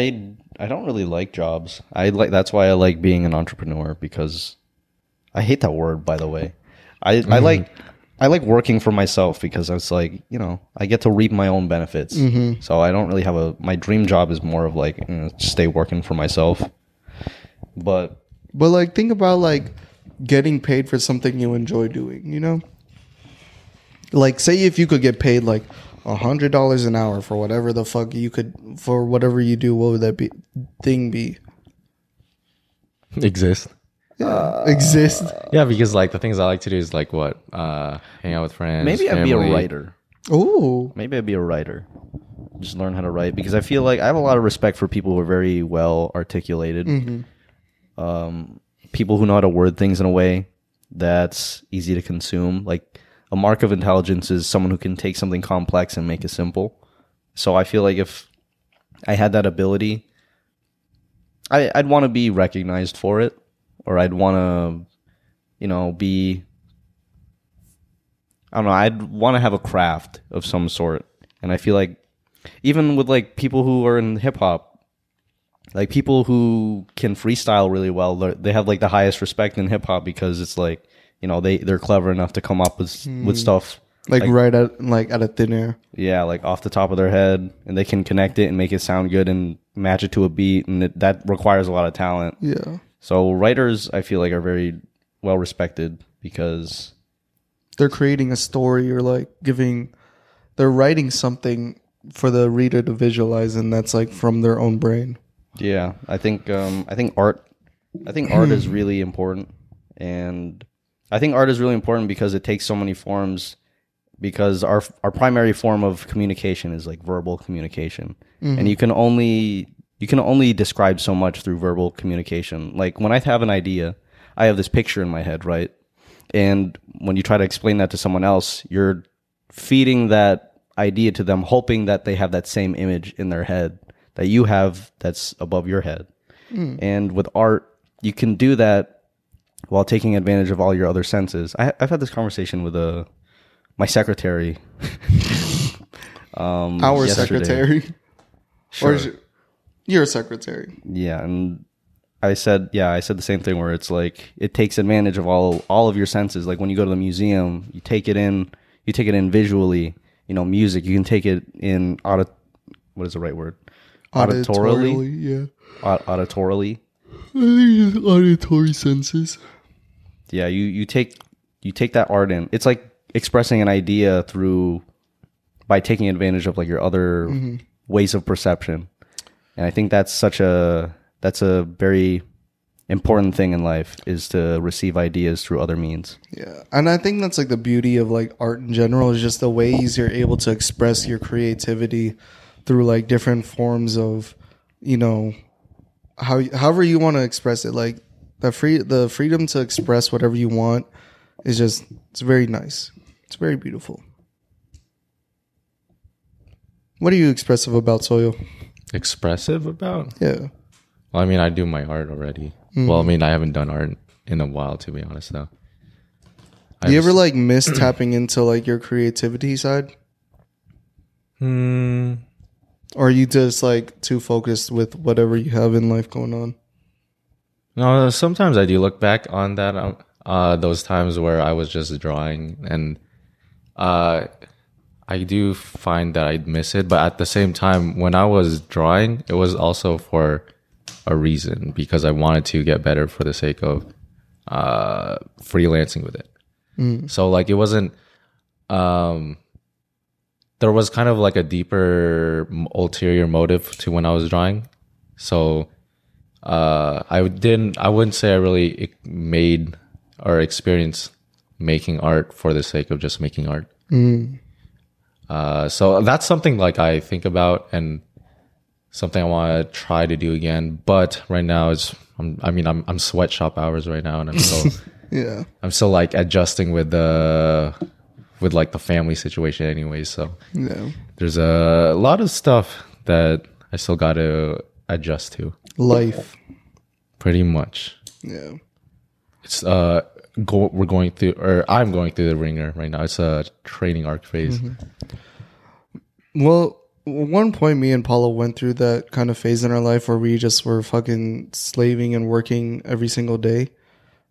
I don't really like jobs. I like that's why I like being an entrepreneur because I hate that word by the way. I I like I like working for myself because it's like, you know, I get to reap my own benefits. So I don't really have a my dream job is more of like you know, stay working for myself. But But like think about like getting paid for something you enjoy doing, you know? Like say if you could get paid like a hundred dollars an hour for whatever the fuck you could for whatever you do, what would that be thing be? exist. Exist. Yeah, because like the things I like to do is like what uh, hang out with friends. Maybe I'd be a family. writer. Oh, Maybe I'd be a writer. Just learn how to write because I feel like I have a lot of respect for people who are very well articulated. Um, people who know how to word things in a way that's easy to consume. Like a mark of intelligence is someone who can take something complex and make it simple. So I feel like if I had that ability, I, I'd want to be recognized for it, or I'd want to, you know, be I don't know. I'd want to have a craft of some sort, and I feel like even with like people who are in hip hop, like people who can freestyle really well, they're- they have like the highest respect in hip hop because it's like you know they they're clever enough to come up with with stuff like, right at like out of thin air. yeah like off the top of their head, and they can connect it and make it sound good and match it to a beat, and it, that requires a lot of talent. Yeah, So writers, I feel like, are very well respected because they're creating a story or like giving, they're writing something for the reader to visualize, and that's like from their own brain. Yeah, I think um, I think art, I think art is really important, and I think art is really important because it takes so many forms. Because our our primary form of communication is like verbal communication, and you can only you can only describe so much through verbal communication. Like when I have an idea, I have this picture in my head, right? And when you try to explain that to someone else, you're feeding that idea to them, hoping that they have that same image in their head that you have that's above your head. Hmm. And with art, you can do that while taking advantage of all your other senses. I, I've had this conversation with a my secretary. um, Our yesterday. secretary, Sure. or is it- your secretary. Yeah, and I said, yeah, I said the same thing where it's like it takes advantage of all all of your senses. Like when you go to the museum, you take it in, you take it in visually. You know, music, you can take it in audit. What is the right word? Auditorily, yeah. Au- auditorily. I think it's auditory senses. Yeah, you you take you take that art in. It's like expressing an idea through by taking advantage of like your other ways of perception. And I think that's such a that's a very important thing in life is to receive ideas through other means. Yeah, and I think that's like the beauty of like art in general is just the ways you're able to express your creativity through like different forms of, you know, how however you want to express it. Like the free the freedom to express whatever you want is just it's very nice. It's very beautiful. What are you expressive about, Soyo? Expressive about? Yeah, Well, I mean, I do my art already. Well, I mean, I haven't done art in a while, to be honest, though. I do you ever just- like miss tapping into like your creativity side? Hmm. Or are you just like too focused with whatever you have in life going on? No, sometimes I do look back on that um, uh those times where I was just drawing and uh I do find that I'd miss it, but at the same time when I was drawing, it was also for a reason because I wanted to get better for the sake of uh freelancing with it. So like it wasn't um there was kind of like a deeper m- ulterior motive to when I was drawing. So uh, I didn't. I wouldn't say I really ex- made or experienced making art for the sake of just making art. Uh, so that's something like I think about and something I want to try to do again. But right now, it's I'm, I mean I'm I'm sweatshop hours right now, and I'm still Yeah. I'm still like adjusting with the with like the family situation anyway. So Yeah. there's a lot of stuff that I still got to adjust to. Life. Pretty much. Yeah. it's uh go, we're going through or I'm going through the ringer right now. It's a training arc phase. Well, one point me and Paula went through that kind of phase in our life where we just were fucking slaving and working every single day.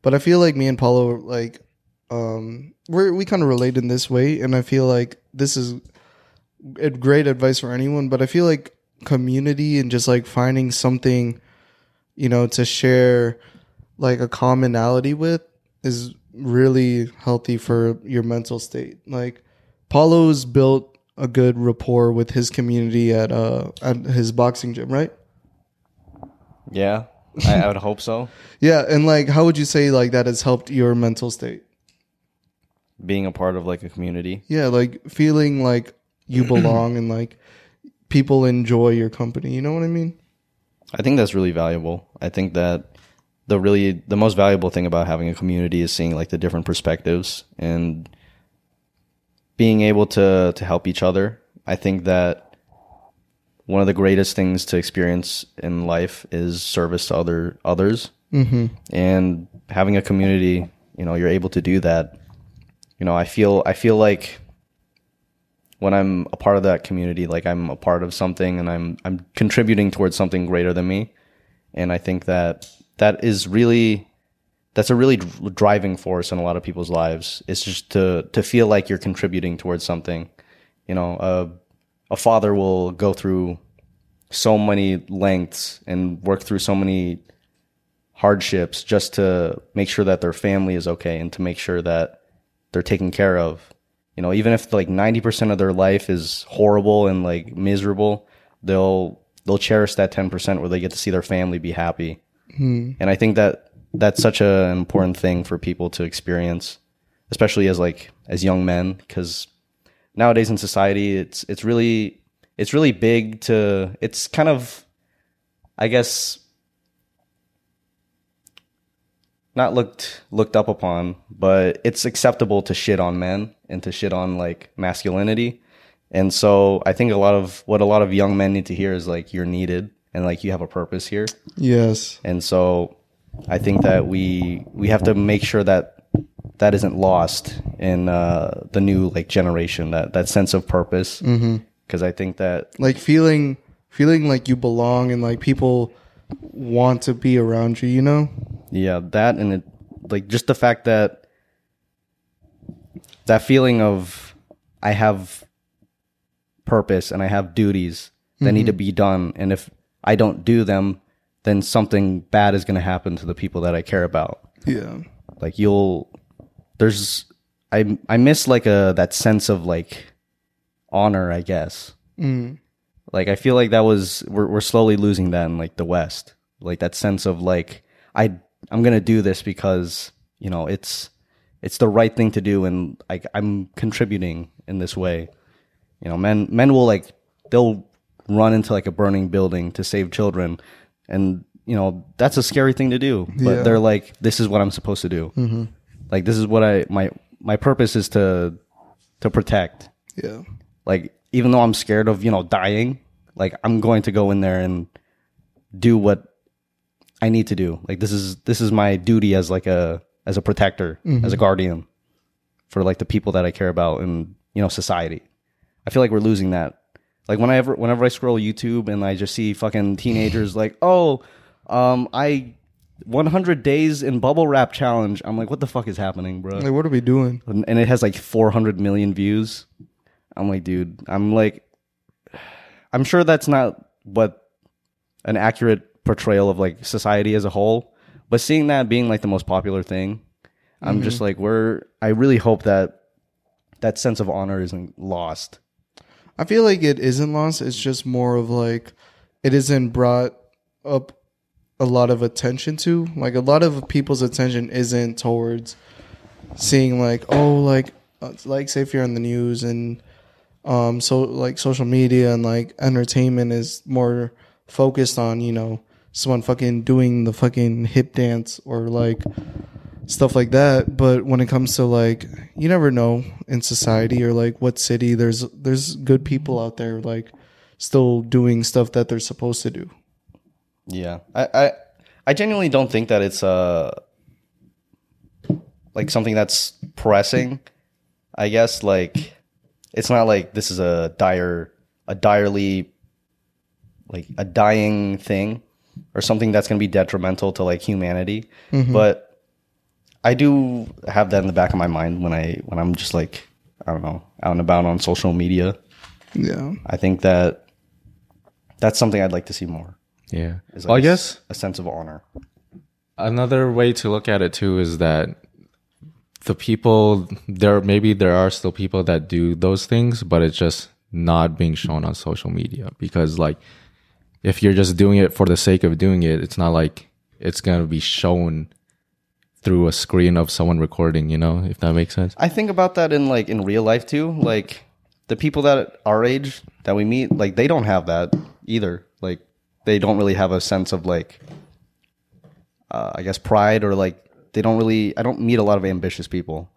But I feel like me and Paulo like um we're we kind of relate in this way and I feel like this is ad- great advice for anyone, but I feel like community and just like finding something you know to share like a commonality with is really healthy for your mental state. Like Paulo's built a good rapport with his community at uh at his boxing gym, right? Yeah. I, I would hope so. Yeah, and like, how would you say like that has helped your mental state? Being a part of like a community. Yeah, like feeling like you belong and like people enjoy your company. You know what I mean? I think that's really valuable. I think that the really the most valuable thing about having a community is seeing like the different perspectives and being able to to help each other. I think that one of the greatest things to experience in life is service to other others. Mm-hmm. And having a community, you know, you're able to do that. You know, I feel I feel like when I'm a part of that community, like I'm a part of something and I'm I'm contributing towards something greater than me. And I think that that is really that's a really dr- driving force in a lot of people's lives. It's just to to feel like you're contributing towards something. You know, a a father will go through so many lengths and work through so many hardships just to make sure that their family is okay and to make sure that they're taken care of. You know, even if like 90% of their life is horrible and like miserable, they'll they'll cherish that 10% where they get to see their family be happy. And I think that that's such a, an important thing for people to experience, especially as like as young men cuz nowadays in society it's it's really it's really big to it's kind of I guess not looked looked up upon, but it's acceptable to shit on men and to shit on like masculinity. And so I think a lot of what a lot of young men need to hear is like you're needed and like you have a purpose here. Yes. And so I think that we we have to make sure that that isn't lost in uh, the new like generation that that sense of purpose. Because I think that Like feeling feeling like you belong and like people want to be around you. You know? Yeah, that and it like just the fact that that feeling of I have purpose and I have duties that need to be done and if I don't do them, then something bad is going to happen to the people that I care about. Yeah. Like you'll there's I I miss like a that sense of like honor, I guess. Mm. Like I feel like that was we're we're slowly losing that in like the West. Like that sense of like I I'm gonna do this because you know it's it's the right thing to do and like I'm contributing in this way. You know, men men will like they'll run into like a burning building to save children, and you know that's a scary thing to do. But Yeah. they're like, this is what I'm supposed to do. Mm-hmm. Like this is what I my my purpose is to to protect Yeah. like even though i'm scared of you know dying like i'm going to go in there and do what i need to do like this is this is my duty as like a as a protector as a guardian for like the people that i care about and you know society i feel like we're losing that like whenever whenever i scroll youtube and i just see fucking teenagers like oh um i 100 days in bubble wrap challenge i'm like what the fuck is happening bro Like, what are we doing? and and it has like 400 million views. I'm like, dude, I'm like, I'm sure that's not what an accurate portrayal of like society as a whole, but seeing that being like the most popular thing, I'm just like, we're, I really hope that that sense of honor isn't lost. I feel like it isn't lost. It's just more of like it isn't brought up a lot of attention to. Like a lot of people's attention isn't towards seeing like oh like uh, like say if you're on the news and um so like social media and like entertainment is more focused on you know someone fucking doing the fucking hip dance or like stuff like that but when it comes to like you never know in society or like what city there's there's good people out there like still doing stuff that they're supposed to do Yeah, I, I, I genuinely don't think that it's uh like something that's pressing. I guess like it's not like this is a dire, a direly, like a dying thing, or something that's going to be detrimental to like humanity. But I do have that in the back of my mind when I when I'm just like I don't know out and about on social media. yeah I think that that's something I'd like to see more. Yeah. is, Well, I like, a s- guess a sense of honor. another way to look at it too is that the people there maybe there are still people that do those things but it's just not being shown on social media because like if you're just doing it for the sake of doing it it's not like it's gonna be shown through a screen of someone recording. You know, if that makes sense. I think about that in like in real life too. Like the people that our age that we meet, like they don't have that either. Like they don't really have a sense of like, uh, I guess pride or like they don't really. I don't meet a lot of ambitious people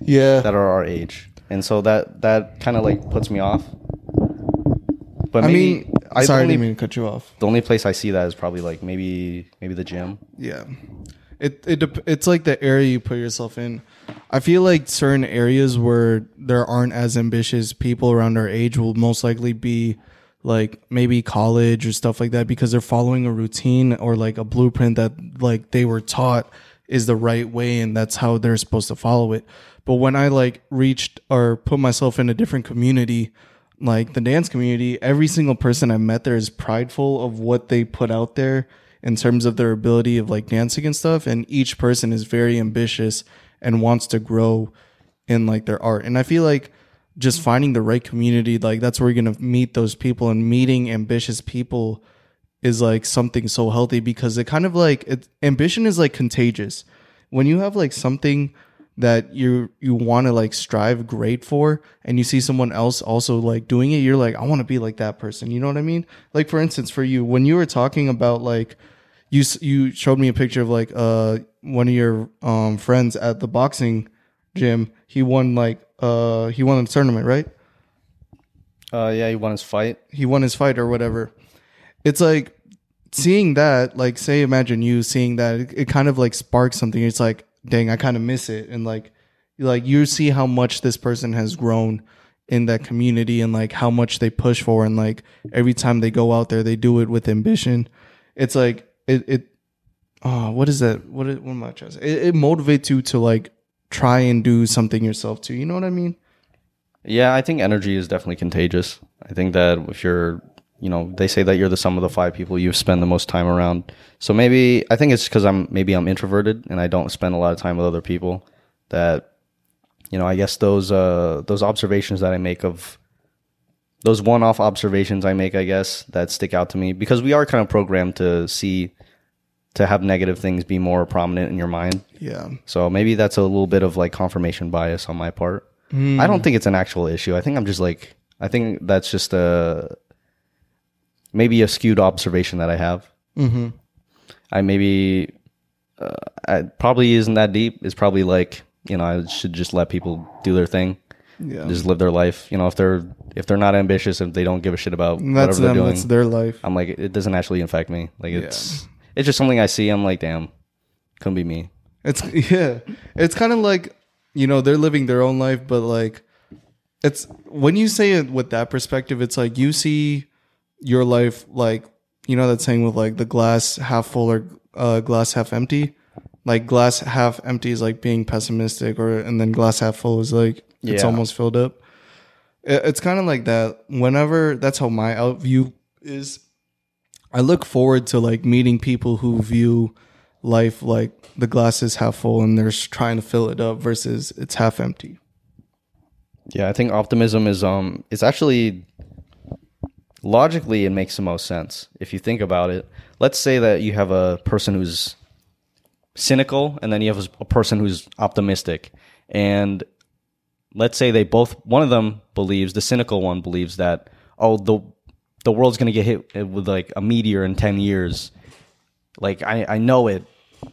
Yeah. that are our age, and so that that kind of like puts me off. But I maybe I mean, sorry, I the, didn't only, mean to cut you off. the only place I see that is probably like maybe maybe the gym. Yeah. It it dep- it's like the area you put yourself in. I feel like certain areas where there aren't as ambitious people around our age will most likely be like maybe college or stuff like that because they're following a routine or like a blueprint that like they were taught is the right way and that's how they're supposed to follow it. But when I like reached or put myself in a different community, like the dance community, every single person I met there is prideful of what they put out there in terms of their ability of like dancing and stuff. And each person is very ambitious and wants to grow in like their art. And I feel like just finding the right community, like that's where you're gonna meet those people and meeting ambitious people is like something so healthy because it kind of like it, ambition is like contagious. When you have like something that you you want to like strive great for and you see someone else also like doing it you're like I want to be like that person you know what I mean like for instance for you when you were talking about like you s- you showed me a picture of like uh one of your um friends at the boxing gym he won like uh he won a tournament right Uh, yeah, you want his fight? he won his fight or whatever. It's like seeing that, like say imagine you seeing that, it, it kind of like sparks something. It's like, dang, I kind of miss it. And like like you see how much this person has grown in that community and like how much they push for and like every time they go out there they do it with ambition. It's like it it oh, what is that? What, is, what am I trying to say? It, it motivates you to like try and do something yourself too. You know what I mean? Yeah, I think energy is definitely contagious. I think that if you're, you know, they say that you're the sum of the five people you spend the most time around. So maybe I think it's because I'm maybe I'm introverted and I don't spend a lot of time with other people. That, you know, I guess those uh those observations that I make of those one-off observations I make, I guess that stick out to me because we are kind of programmed to see to have negative things be more prominent in your mind. Yeah. So maybe that's a little bit of like confirmation bias on my part. I Hmm. don't think it's an actual issue. I think I'm just like I think that's just a maybe a skewed observation that I have. Mhm. I maybe uh, I probably isn't that deep. It's probably like you know I should just let people do their thing, Yeah. just live their life. You know if they're if they're not ambitious if they don't give a shit about whatever That's they're them. doing, That's their life. I'm like it doesn't actually affect me. Like it's it's just something I see. I'm like damn, couldn't be me. It's yeah. It's kind of like you know they're living their own life, but like it's when you say it with that perspective, it's like you see your life like you know that saying with like the glass half full or uh, glass half empty. Like glass half empty is like being pessimistic, or and then glass half full is like it's Yeah. almost filled up. It- It's kind of like that. Whenever that's how my out view is. I look forward to like meeting people who view life like the glass is half full and they're s- trying to fill it up versus it's half empty. Yeah, I think optimism is um it's actually logically it makes the most sense if you think about it. Let's say that you have a person who's cynical and then you have a person who's optimistic and let's say they both one of them believes the cynical one believes that oh the the world's going to get hit with like a meteor in 10 years like I, I know it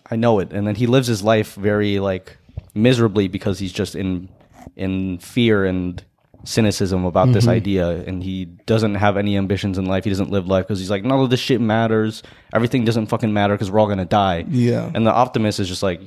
i know it and then he lives his life very like miserably because he's just in in fear and cynicism about this idea and he doesn't have any ambitions in life he doesn't live life because he's like none of this shit matters everything doesn't fucking matter because we're all gonna die Yeah. and the optimist is just like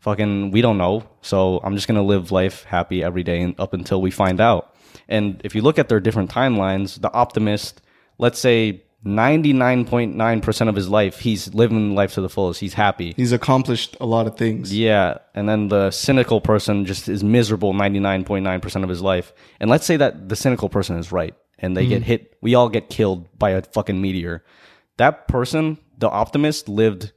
fucking we don't know so i'm just gonna live life happy every day and up until we find out and if you look at their different timelines the optimist let's say 99.9% of his life he's living life to the fullest he's happy He's accomplished a lot of things. yeah, and then the cynical person just is miserable 99.9% of his life. And let's say that the cynical person is right and they get hit, we all get killed by a fucking meteor. That person, the optimist, lived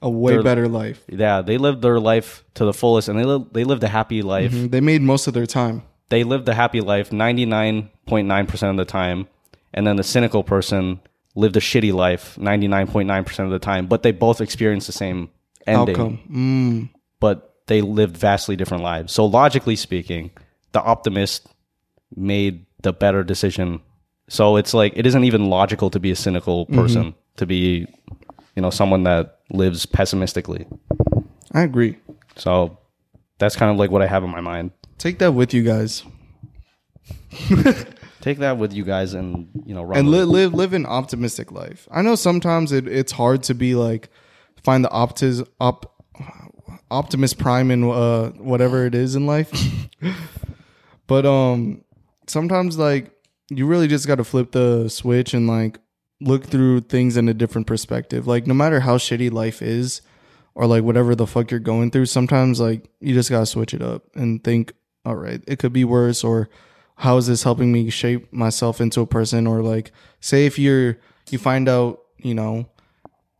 A way better life. yeah, they lived their life to the fullest and they li- they lived a happy life. They made most of their time. They lived a happy life 99.9% of the time. And then the cynical person lived a shitty life 99.9% of the time, but they both experienced the same ending, Outcome. Mm. but they lived vastly different lives. So, logically speaking, the optimist made the better decision. So, it's like it isn't even logical to be a cynical Mm-hmm. person, to be, you know, someone that lives pessimistically. I agree. So, that's kind of like what I have in my mind. Take that with you guys Take that with you guys and, you know, run and with it. live live live an optimistic life. I know sometimes it, it's hard to be like find the optis op optimist prime in uh, whatever it is in life, but um sometimes like you really just got to flip the switch and like look through things in a different perspective. Like no matter how shitty life is or like whatever the fuck you're going through, sometimes like you just got to switch it up and think, all right, it could be worse or how is this helping me shape myself into a person or like say if you're you find out, you know,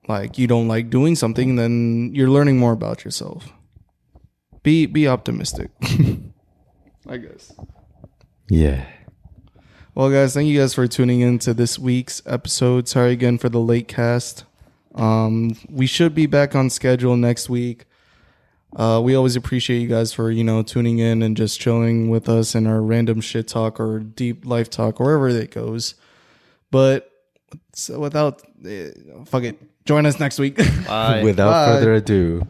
like you don't like doing something, then you're learning more about yourself. Be be optimistic. I guess. Yeah. Well, guys, thank you guys for tuning in to this week's episode. Sorry again for the late cast. Um, we should be back on schedule next week. Uh, we always appreciate you guys for you know tuning in and just chilling with us in our random shit talk or deep life talk wherever it goes. But so without eh, fuck it, join us next week. Without Bye. further ado,